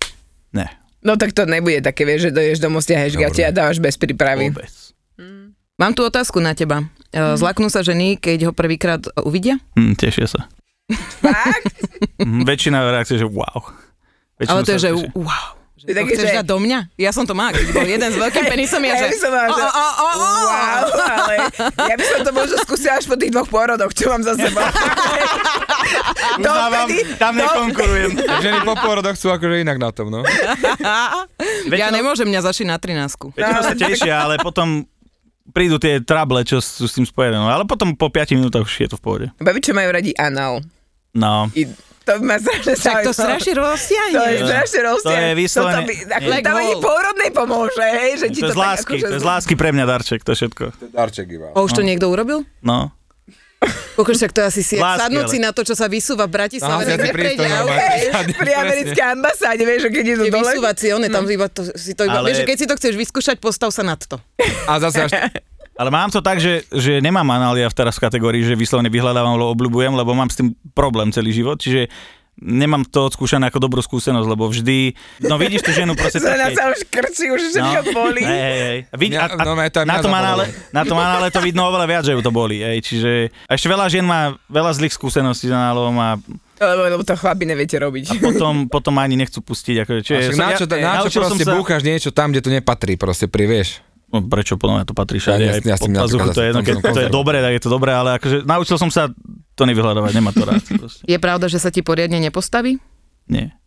Speaker 5: ne,
Speaker 3: No tak to nebude také, vieš, že doješ domov, stiahneš
Speaker 4: Dobre.
Speaker 3: gatia a dávaš bez prípravy.
Speaker 5: vôbec.
Speaker 2: Mám tu otázku na teba. E, Zlaknú sa ženy, keď ho prvýkrát e, uvidia?
Speaker 5: Hm, tešia sa.
Speaker 3: Fakt?
Speaker 5: Mhm, väčšina reakcie, že wow. Väčšina
Speaker 2: Ale to je,
Speaker 5: sa
Speaker 2: že
Speaker 5: tešia.
Speaker 2: wow. Že
Speaker 3: Ty
Speaker 2: to
Speaker 3: taký,
Speaker 2: chceš
Speaker 3: že-
Speaker 2: dať do mňa? Ja som to má, keď bol jeden s veľkým penisom, ja
Speaker 3: Ja by
Speaker 2: že...
Speaker 3: som mala,
Speaker 2: o, o,
Speaker 3: že-
Speaker 2: o, o, o.
Speaker 3: Wow, ale ja by som to možno skúsila až po tých dvoch pôrodoch, čo mám za sebou.
Speaker 5: Uznávam,
Speaker 3: Dovtedy-
Speaker 5: No, tam nekonkurujem.
Speaker 4: Ženy po pôrodoch sú akože inak na tom, no.
Speaker 2: Ja
Speaker 5: Väčšinou-
Speaker 2: nemôžem mňa zašiť na 13.
Speaker 5: Väčšinou sa tešia, ale potom prídu tie trable, čo sú s tým spojené. No, ale potom po 5 minútach už je to v pohode.
Speaker 3: Babi, čo majú radi anal.
Speaker 5: No.
Speaker 3: I to by ma strašne
Speaker 2: Tak to
Speaker 3: zaujímalo.
Speaker 2: strašne
Speaker 3: To je
Speaker 2: rozsiahne.
Speaker 3: strašne rozdiel.
Speaker 5: To je vyslovene-
Speaker 3: Toto by, ako
Speaker 5: Nie.
Speaker 3: tam ani
Speaker 2: Like
Speaker 3: pôrodnej pomôže, hej, že ti
Speaker 5: To je
Speaker 3: to,
Speaker 5: z lásky,
Speaker 3: tak akože...
Speaker 5: to je z lásky pre mňa darček, to je všetko.
Speaker 4: Darček iba.
Speaker 2: O, už to niekto urobil?
Speaker 5: No.
Speaker 2: Kokoš, tak to asi si
Speaker 5: Lásky,
Speaker 2: sadnúť
Speaker 5: ale-
Speaker 2: si na to, čo sa vysúva v Bratislave,
Speaker 4: Aha,
Speaker 2: tak
Speaker 4: si
Speaker 2: neprejde
Speaker 4: prístojná,
Speaker 2: auto.
Speaker 4: ale-
Speaker 3: Hej, pri americkej ambasáde, vieš, že keď idú
Speaker 2: Tie
Speaker 3: dole.
Speaker 2: vysúvacie, one tam iba to, si to iba,
Speaker 5: Ale-
Speaker 2: vieš, že keď si to chceš vyskúšať, postav sa nad to.
Speaker 4: A zase až
Speaker 5: Ale mám to tak, že, že nemám analia teraz v kategórii, že vyslovene vyhľadávam, lebo obľúbujem, lebo mám s tým problém celý život, čiže nemám to odskúšané ako dobrú skúsenosť, lebo vždy, no vidíš tú ženu proste
Speaker 3: Zrena
Speaker 5: také-
Speaker 3: sa už krčí, už všetko boli.
Speaker 5: No. Hej, hej, hej. Vid,
Speaker 4: Mňa-
Speaker 5: a, a,
Speaker 4: no, mňa to aj
Speaker 5: na,
Speaker 4: mňa
Speaker 5: to má ale,
Speaker 4: zabolelo.
Speaker 5: na to má ale to vidno oveľa viac, že ju to boli. Hej. Čiže ešte veľa žien má veľa zlých skúseností s análom a
Speaker 3: No, Lebo, lebo to chlapi neviete robiť.
Speaker 5: potom, potom ani nechcú pustiť. Akože, čiže,
Speaker 4: Však na čo,
Speaker 5: ja-
Speaker 4: na čo
Speaker 5: naučil som
Speaker 4: proste
Speaker 5: sa-
Speaker 4: búchaš niečo tam, kde to nepatrí, proste pri, vieš.
Speaker 5: No, prečo podľa mňa to patrí všade,
Speaker 4: Ja
Speaker 5: ja,
Speaker 4: ne- ja
Speaker 5: aj
Speaker 4: s
Speaker 5: pod
Speaker 4: tým napríklad
Speaker 5: pazuchu,
Speaker 4: asi-
Speaker 5: to je jedno,
Speaker 4: tam
Speaker 5: keď
Speaker 4: som
Speaker 5: to je
Speaker 4: konzerv.
Speaker 5: dobré, tak je to dobré, ale akože naučil som sa to nevyhľadávať, nemá to rád. Proste.
Speaker 2: Je pravda, že sa ti poriadne nepostaví?
Speaker 5: Nie.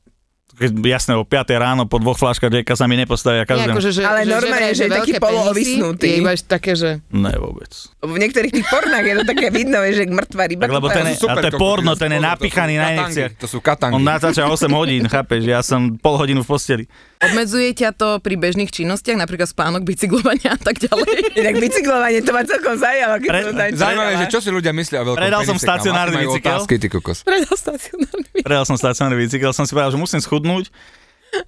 Speaker 5: Keď, jasné, o 5 ráno po dvoch fláškach Jacka sa mi nepostavia
Speaker 2: Nie,
Speaker 5: každému.
Speaker 2: akože, že,
Speaker 3: Ale normálne,
Speaker 2: vraj,
Speaker 3: že je taký
Speaker 2: veľké penisy
Speaker 3: poloovisnutý.
Speaker 2: Je iba až také, že...
Speaker 5: Ne, vôbec.
Speaker 3: V niektorých tých pornách je to také vidno, vieš, že mŕtva ryba.
Speaker 5: Tak, lebo
Speaker 3: ktorá-
Speaker 5: ten je- A to je
Speaker 4: kokos,
Speaker 5: porno, ten je
Speaker 4: to sú-
Speaker 5: napichaný
Speaker 4: to sú
Speaker 5: na
Speaker 4: katangy,
Speaker 5: inekciách.
Speaker 4: To sú katangy.
Speaker 5: On natáča 8 hodín, chápeš, ja som pol hodinu v posteli.
Speaker 2: Obmedzuje ťa to pri bežných činnostiach, napríklad spánok, bicyklovania a tak ďalej?
Speaker 3: Inak bicyklovanie to ma celkom zaujalo, keď
Speaker 5: Pre-
Speaker 3: som tam
Speaker 4: Zaujímavé,
Speaker 3: čakala.
Speaker 4: že čo si ľudia myslia o veľkom
Speaker 5: Predal som
Speaker 4: penise, kam?
Speaker 5: stacionárny
Speaker 4: Aké majú
Speaker 5: bicykel.
Speaker 4: Otázky, ty kokos.
Speaker 2: Predal stacionárny.
Speaker 5: Predal som stacionárny bicykel, som si povedal, že musím schudnúť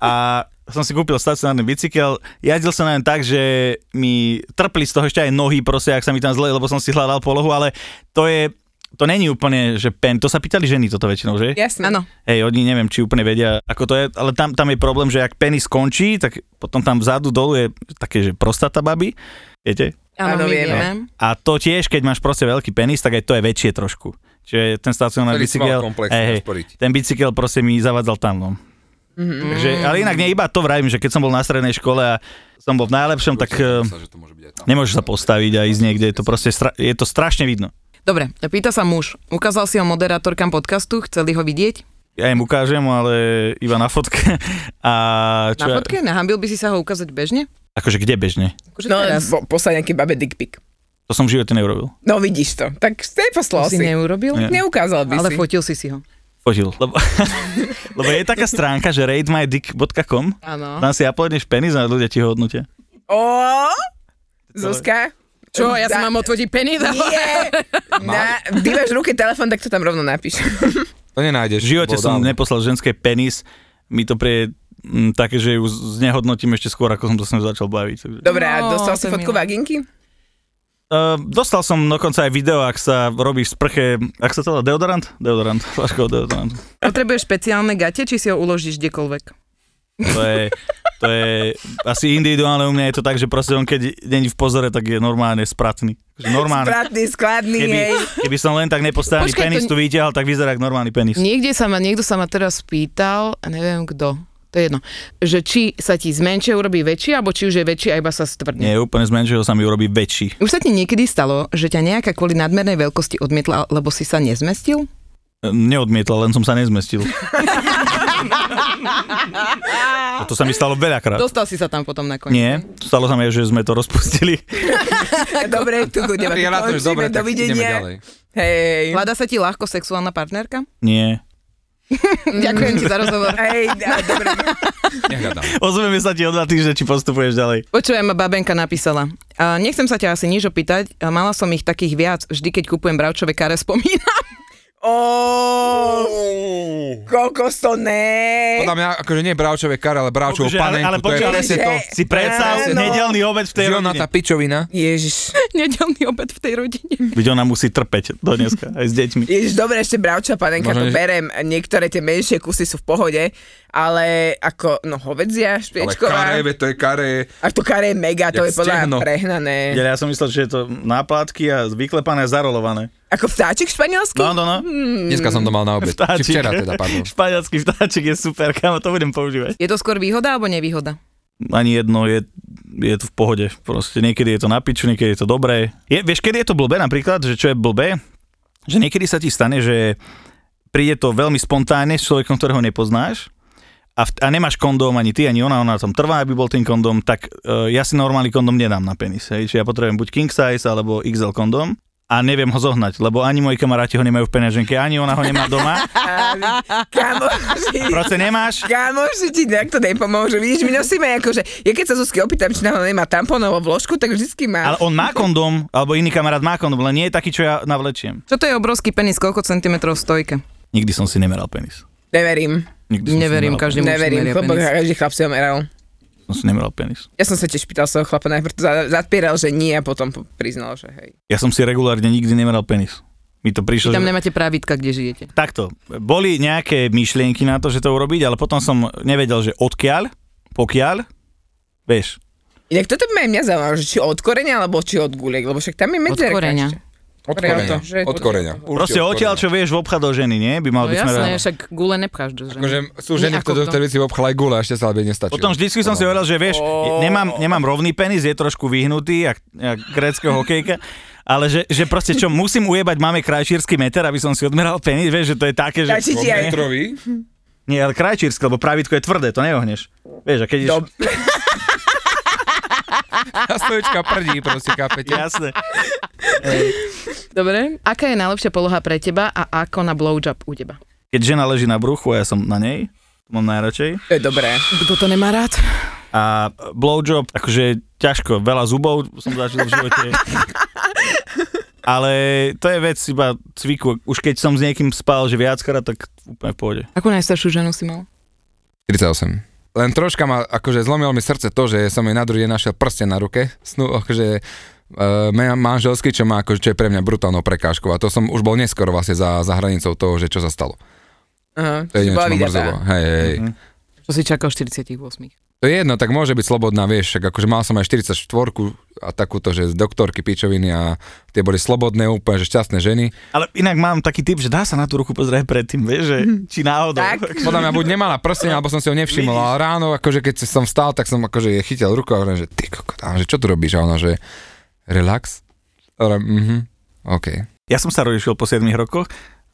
Speaker 5: a som si kúpil stacionárny bicykel. Jazdil som na ňom tak, že mi trpli z toho ešte aj nohy, proste, ak sa mi tam zle, lebo som si hľadal polohu, ale to je, to není úplne, že pen, to sa pýtali ženy toto väčšinou, že?
Speaker 3: Jasné.
Speaker 2: Áno.
Speaker 5: Hej, oni neviem, či úplne vedia, ako to je, ale tam, tam je problém, že ak penis skončí, tak potom tam vzadu dolu je také, že prostata baby, viete? No.
Speaker 2: Áno, my
Speaker 3: Áno, vieme.
Speaker 2: vieme.
Speaker 5: A to tiež, keď máš proste veľký penis, tak aj to je väčšie trošku. Čiže ten
Speaker 4: Ktorý
Speaker 5: stacionárny
Speaker 4: si mal
Speaker 5: bicykel,
Speaker 4: komplexne rozporiť.
Speaker 5: ten bicykel proste mi zavadzal tam. No. Mm-hmm. Takže, ale inak nie, iba to vravím, že keď som bol na strednej škole a som bol v najlepšom, tak eh,
Speaker 4: Myslel, že to môže byť aj tam.
Speaker 5: nemôžeš sa postaviť a ísť niekde, je to proste stra- je to strašne vidno.
Speaker 2: Dobre, pýta sa muž. Ukázal si ho moderátorkám podcastu, chceli ho vidieť?
Speaker 5: Ja im ukážem, ale iba na fotke. A čo,
Speaker 2: Na fotke? Nahambil by si sa ho ukázať bežne?
Speaker 5: Akože kde bežne?
Speaker 2: Akože
Speaker 3: No,
Speaker 2: teraz.
Speaker 3: po, poslať nejaký babe dick pic.
Speaker 5: To som v živote neurobil.
Speaker 3: No vidíš to. Tak
Speaker 2: To
Speaker 3: neposlal
Speaker 2: si
Speaker 3: si.
Speaker 2: neurobil?
Speaker 5: Nie.
Speaker 3: Neukázal by
Speaker 2: Ale
Speaker 3: si.
Speaker 2: fotil si si ho.
Speaker 5: Fotil. Lebo, lebo je taká stránka, že ratemydick.com,
Speaker 3: No.
Speaker 2: Áno.
Speaker 5: tam si uploadneš penis a ľudia ti ho hodnotia.
Speaker 3: Ó, Zuzka.
Speaker 2: Čo, ja
Speaker 3: Za-
Speaker 2: sa mám odfotiť penis?
Speaker 3: Nie. Na, bývaš v ruke telefon, tak to tam rovno napíš.
Speaker 4: To nenájdeš.
Speaker 5: V živote
Speaker 4: bol
Speaker 5: som
Speaker 4: dávno.
Speaker 5: neposlal ženské penis, mi to prie mm, také, že ju z- znehodnotím ešte skôr, ako som to s ňou začal baviť. Takže.
Speaker 3: Dobre, a
Speaker 2: No,
Speaker 3: dostal
Speaker 2: to
Speaker 3: si
Speaker 2: je
Speaker 3: fotku
Speaker 2: milé.
Speaker 3: vaginky?
Speaker 5: Uh, dostal som dokonca aj video, ak sa robí v sprche, ak sa to volá deodorant? Deodorant, flaškou deodorant.
Speaker 2: Potrebuješ špeciálne gate, či si ho uložíš kdekoľvek?
Speaker 5: To je, to je asi individuálne u mňa je to tak, že proste on keď není v pozore, tak je normálne spratný. Akože Normálne.
Speaker 3: Spratný, skladný,
Speaker 5: Keby,
Speaker 3: hej.
Speaker 5: keby som len tak nepostavený
Speaker 2: Počkaj, to
Speaker 5: penis
Speaker 2: n-
Speaker 5: tu vytiahol, tak vyzerá ako normálny penis.
Speaker 2: Niekde sa ma, niekto sa ma teraz pýtal, a neviem kto, to je jedno, že či sa ti zmenšie, urobí väčší, alebo či už je väčší a iba sa stvrdne.
Speaker 5: Nie, úplne z menšieho sa mi urobí väčší.
Speaker 2: Už sa ti niekedy stalo, že ťa nejaká kvôli nadmernej veľkosti odmietla, lebo si sa nezmestil?
Speaker 5: E, Neodmietla, len som sa nezmestil. A to sa mi stalo veľakrát.
Speaker 2: Dostal si sa tam potom nakoniec.
Speaker 5: Nie, stalo sa mi, že sme to rozpustili.
Speaker 3: Dobre, tu budeme.
Speaker 4: Ja na to už dobre, tak ideme ďalej.
Speaker 3: Hej.
Speaker 2: Hľadá sa ti ľahko sexuálna partnerka?
Speaker 5: Nie.
Speaker 2: Ďakujem ti za rozhovor.
Speaker 3: Mm. Hej, a dobre.
Speaker 4: Nehľadám.
Speaker 5: Ozveme sa ti o dva týždne, či postupuješ ďalej.
Speaker 2: Počujem, babenka napísala. A nechcem sa ťa asi nič opýtať, a mala som ich takých viac, vždy keď kupujem bravčové kare, spomínam.
Speaker 3: Ó, kokos to ne.
Speaker 4: Podľa mňa, akože nie bravčové kare, ale bravčovú
Speaker 5: Akože, ale-
Speaker 4: panenku,
Speaker 5: ale
Speaker 4: to je
Speaker 5: počkaj,
Speaker 4: presne
Speaker 3: že-
Speaker 4: to.
Speaker 5: Si predstav
Speaker 3: Áno.
Speaker 5: nedelný obed v tej
Speaker 4: Žiona
Speaker 5: rodine.
Speaker 4: tá pičovina.
Speaker 3: Ježiš.
Speaker 2: Nedelný obed v tej rodine.
Speaker 5: Veď ona musí trpeť do dneska, aj s deťmi.
Speaker 3: Ježiš, dobre, ešte bravča panenka,
Speaker 4: Možno,
Speaker 3: to
Speaker 4: že-
Speaker 3: berem. Niektoré tie menšie kusy sú v pohode, ale ako, no
Speaker 4: Ale
Speaker 3: hovedzia,
Speaker 4: kare,
Speaker 3: špiečková.
Speaker 4: veď to je kare.
Speaker 3: A to kare je mega, to
Speaker 4: Jak
Speaker 3: je podľa
Speaker 4: stehno.
Speaker 3: mňa prehnané.
Speaker 5: Ja, ja som myslel, že je to náplátky a vyklepané a zarolované.
Speaker 3: Ako vtáčik španielský?
Speaker 5: No, no, no.
Speaker 4: Hmm. Dneska som to mal na obed. Či
Speaker 5: Vtáčik.
Speaker 4: včera teda, pardon.
Speaker 5: Španielský vtáčik je super, kámo, to budem používať.
Speaker 2: Je to skôr výhoda alebo nevýhoda?
Speaker 5: ani jedno je, je to v pohode. Proste niekedy je to na piču, niekedy je to dobré. Je, vieš, kedy je to blbé napríklad, že čo je blbé? Že niekedy sa ti stane, že príde to veľmi spontánne s človekom, ktorého nepoznáš a, v, a nemáš kondóm ani ty, ani ona, ona tam trvá, aby bol ten kondóm, tak uh, ja si normálny kondóm nedám na penis. Hej. Čiže ja potrebujem buď king size alebo XL kondóm a neviem ho zohnať, lebo ani moji kamaráti ho nemajú v peňaženke, ani ona ho nemá doma.
Speaker 3: Kamoši,
Speaker 5: Proste nemáš,
Speaker 3: kamoši ti nejak to nepomôžu. Vidíš, my nosíme akože, ja keď sa Zuzky opýtam, či náhodou nemá tampónovú vložku, tak vždycky má.
Speaker 5: ale on má kondóm, alebo iný kamarát má kondóm, len nie je taký, čo ja navlečiem.
Speaker 2: Čo to je obrovský penis, koľko centimetrov v stojke?
Speaker 5: Nikdy som si nemeral penis.
Speaker 3: Neverím,
Speaker 5: Nikdy som
Speaker 2: Neverím,
Speaker 5: si nemeral
Speaker 2: každý muž
Speaker 3: neverím,
Speaker 2: meria
Speaker 3: lebo
Speaker 2: penis.
Speaker 3: každý chlap si ho meral.
Speaker 5: penis. Som si nemeral penis.
Speaker 3: Ja som sa tiež pýtal svojho chlapa, najprv to za- zadpieral, že nie a potom po- priznal, že hej.
Speaker 5: Ja som si regulárne nikdy nemeral penis. mi to prišlo.
Speaker 2: Či tam
Speaker 5: že-
Speaker 2: nemáte právitka, kde žijete.
Speaker 5: Takto, boli nejaké myšlienky na to, že to urobiť, ale potom som nevedel, že odkiaľ, pokiaľ, vieš.
Speaker 3: Inak toto by ma aj mňa zaujímalo, že či od koreňa, alebo či od guliek, lebo však tam je medzerka
Speaker 2: koreňa.
Speaker 3: ešte.
Speaker 4: Od
Speaker 3: Pre
Speaker 4: koreňa.
Speaker 3: auto, že je to-
Speaker 4: Od koreňa.
Speaker 5: Proste
Speaker 4: Určite od
Speaker 5: odtiaľ,
Speaker 4: koreňa.
Speaker 5: čo vieš v obchod o ženy, nie? By mal
Speaker 2: No
Speaker 5: byť smerom.
Speaker 2: jasné, však gule nepcháš do ženy.
Speaker 4: Akože sú ženy,
Speaker 2: Nie, ako
Speaker 4: ktoré do
Speaker 2: kto.
Speaker 4: tej veci obchala aj gule, a ešte sa by nestačilo.
Speaker 5: Potom vždycky som si hovoril, že vieš, nemám, nemám rovný penis, je trošku vyhnutý, jak, jak gréckého hokejka, ale že, že proste čo, musím ujebať, máme krajčírsky meter, aby som si odmeral penis, vieš, že to je také, že...
Speaker 3: Stačí ti aj...
Speaker 4: Metrový?
Speaker 5: Nie, ale krajčírsky, lebo pravítko je tvrdé, to neohneš. Vieš, a keď ideš...
Speaker 3: Dob-
Speaker 4: Tá stojička prdí proste, kapete.
Speaker 5: Jasné.
Speaker 2: Dobre, aká je najlepšia poloha pre teba a ako na blowjob u teba?
Speaker 5: Keď žena leží na bruchu a ja som na nej, to mám najradšej.
Speaker 3: To je dobré.
Speaker 2: Kto to nemá rád?
Speaker 5: A blowjob, akože ťažko, veľa zubov som zažil v živote. Ale to je vec iba cviku. Už keď som s niekým spal, že viackrát, tak úplne v pohode.
Speaker 2: Akú najstaršiu ženu si mal?
Speaker 4: 38. Len troška ma, akože zlomilo mi srdce to, že som jej na druhý deň našiel prste na ruke. Snu, akože Uh, manželský, čo má akože, čo je pre mňa brutálnou prekážkou a to som už bol neskoro vlastne za, za hranicou toho, že čo sa stalo.
Speaker 3: Aha,
Speaker 4: To je
Speaker 3: si
Speaker 4: jedno, čo
Speaker 3: bola
Speaker 4: ma
Speaker 3: vydatá.
Speaker 4: mrzelo. Hej, hej, hej.
Speaker 5: Mhm.
Speaker 2: Čo si čakal 48?
Speaker 4: To je jedno, tak môže byť slobodná, vieš, však akože mal som aj 44 a takúto, že z doktorky pičoviny a tie boli slobodné úplne, že šťastné ženy.
Speaker 5: Ale inak mám taký typ, že dá sa na tú ruku pozrieť predtým, vieš, že či náhodou.
Speaker 3: Tak.
Speaker 4: Podľa mňa buď nemala prsteň, alebo som si ho nevšimol, ale ráno, akože keď som vstal, tak som akože jej chytil ruku a hovorím, že ty kokot, a že čo tu robíš? A ona, že relax? Hovorím, mhm, OK.
Speaker 5: Ja som sa rodišil po 7 rokoch,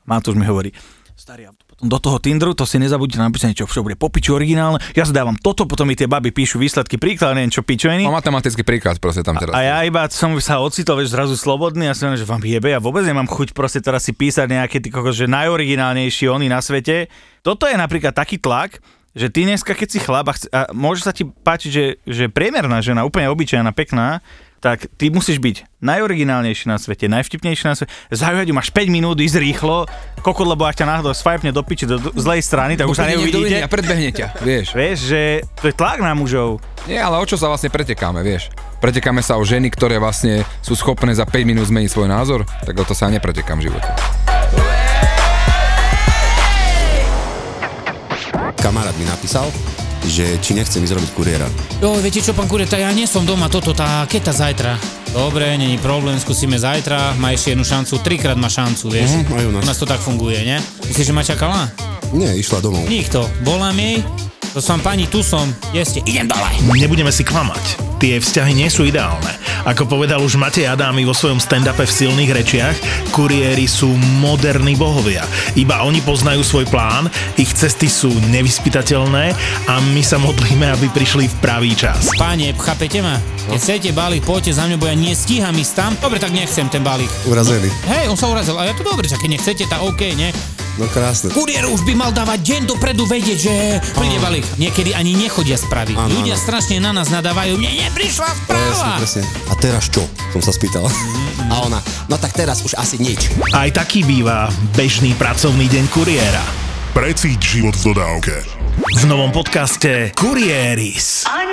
Speaker 5: Matúš mi hovorí, starý, a potom do toho Tinderu, to si nezabudnite napísať, čo všetko bude po piču originálne, ja sa dávam toto, potom mi tie baby píšu výsledky príklad, neviem čo pičoviny.
Speaker 4: Mám No, matematický príklad proste tam teraz.
Speaker 5: A ja iba som sa ocitol, vieš, zrazu slobodný a som že vám jebe, ja vôbec nemám chuť proste teraz si písať nejaké ty kokos, že najoriginálnejší oni na svete. Toto je napríklad taký tlak, že ty dneska, keď si chlap a, chce, a môže sa ti páčiť, že, že priemerná žena, úplne obyčajná, pekná, tak ty musíš byť najoriginálnejší na svete, najvtipnejší na svete. Zaujať ju máš 5 minút, ísť rýchlo, kokot, lebo ak ťa náhodou swipne do piči do do zlej strany, tak už sa neuvidíte.
Speaker 4: A predbehne ťa, vieš.
Speaker 5: Vieš, že to je tlak na mužov.
Speaker 4: Nie, ale o čo sa vlastne pretekáme, vieš? Pretekáme sa o ženy, ktoré vlastne sú schopné za 5 minút zmeniť svoj názor, tak o to sa ja nepretekám v živote.
Speaker 8: Kamarát mi napísal, že či nechcem ísť robiť kuriéra.
Speaker 9: Jo, viete čo, pán Kureta, ja nie som doma, toto, tá keta zajtra. Dobre, není problém, skúsime zajtra, má ešte jednu šancu, trikrát má šancu, vieš.
Speaker 8: Mhm, aj u nás.
Speaker 9: U nás to tak funguje, ne? Myslíš, že ma čakala?
Speaker 8: Nie, išla domov.
Speaker 9: Nikto. Volám jej, to som pani, tu som, kde ste? Idem dole.
Speaker 6: Nebudeme si klamať, tie vzťahy nie sú ideálne. Ako povedal už Matej Adámy vo svojom stand-upe v silných rečiach, kuriéri sú moderní bohovia. Iba oni poznajú svoj plán, ich cesty sú nevyspytateľné a my sa modlíme, aby prišli v pravý čas.
Speaker 9: Páne, chápete ma?
Speaker 8: No.
Speaker 9: Keď chcete balík, poďte za mňou, bo ja nestíham ísť tam. Dobre, tak nechcem ten balík.
Speaker 8: Urazený.
Speaker 9: Hej, on sa urazil, a ja to dobre, že keď nechcete, tak OK, ne?
Speaker 8: No krásne.
Speaker 9: Kuriér už by mal dávať deň dopredu vedieť, že príde balík. Niekedy ani nechodia správy.
Speaker 8: Áno,
Speaker 9: Ľudia
Speaker 8: áno.
Speaker 9: strašne na nás nadávajú. Mne neprišla
Speaker 8: Presne,
Speaker 9: správa! Mhm,
Speaker 8: presne. A teraz čo? Som sa spýtal. A ona, no tak teraz už asi nič.
Speaker 6: Aj taký býva bežný pracovný deň kuriéra.
Speaker 10: Precíť život v dodávke.
Speaker 6: V novom podcaste Kurieris.
Speaker 11: I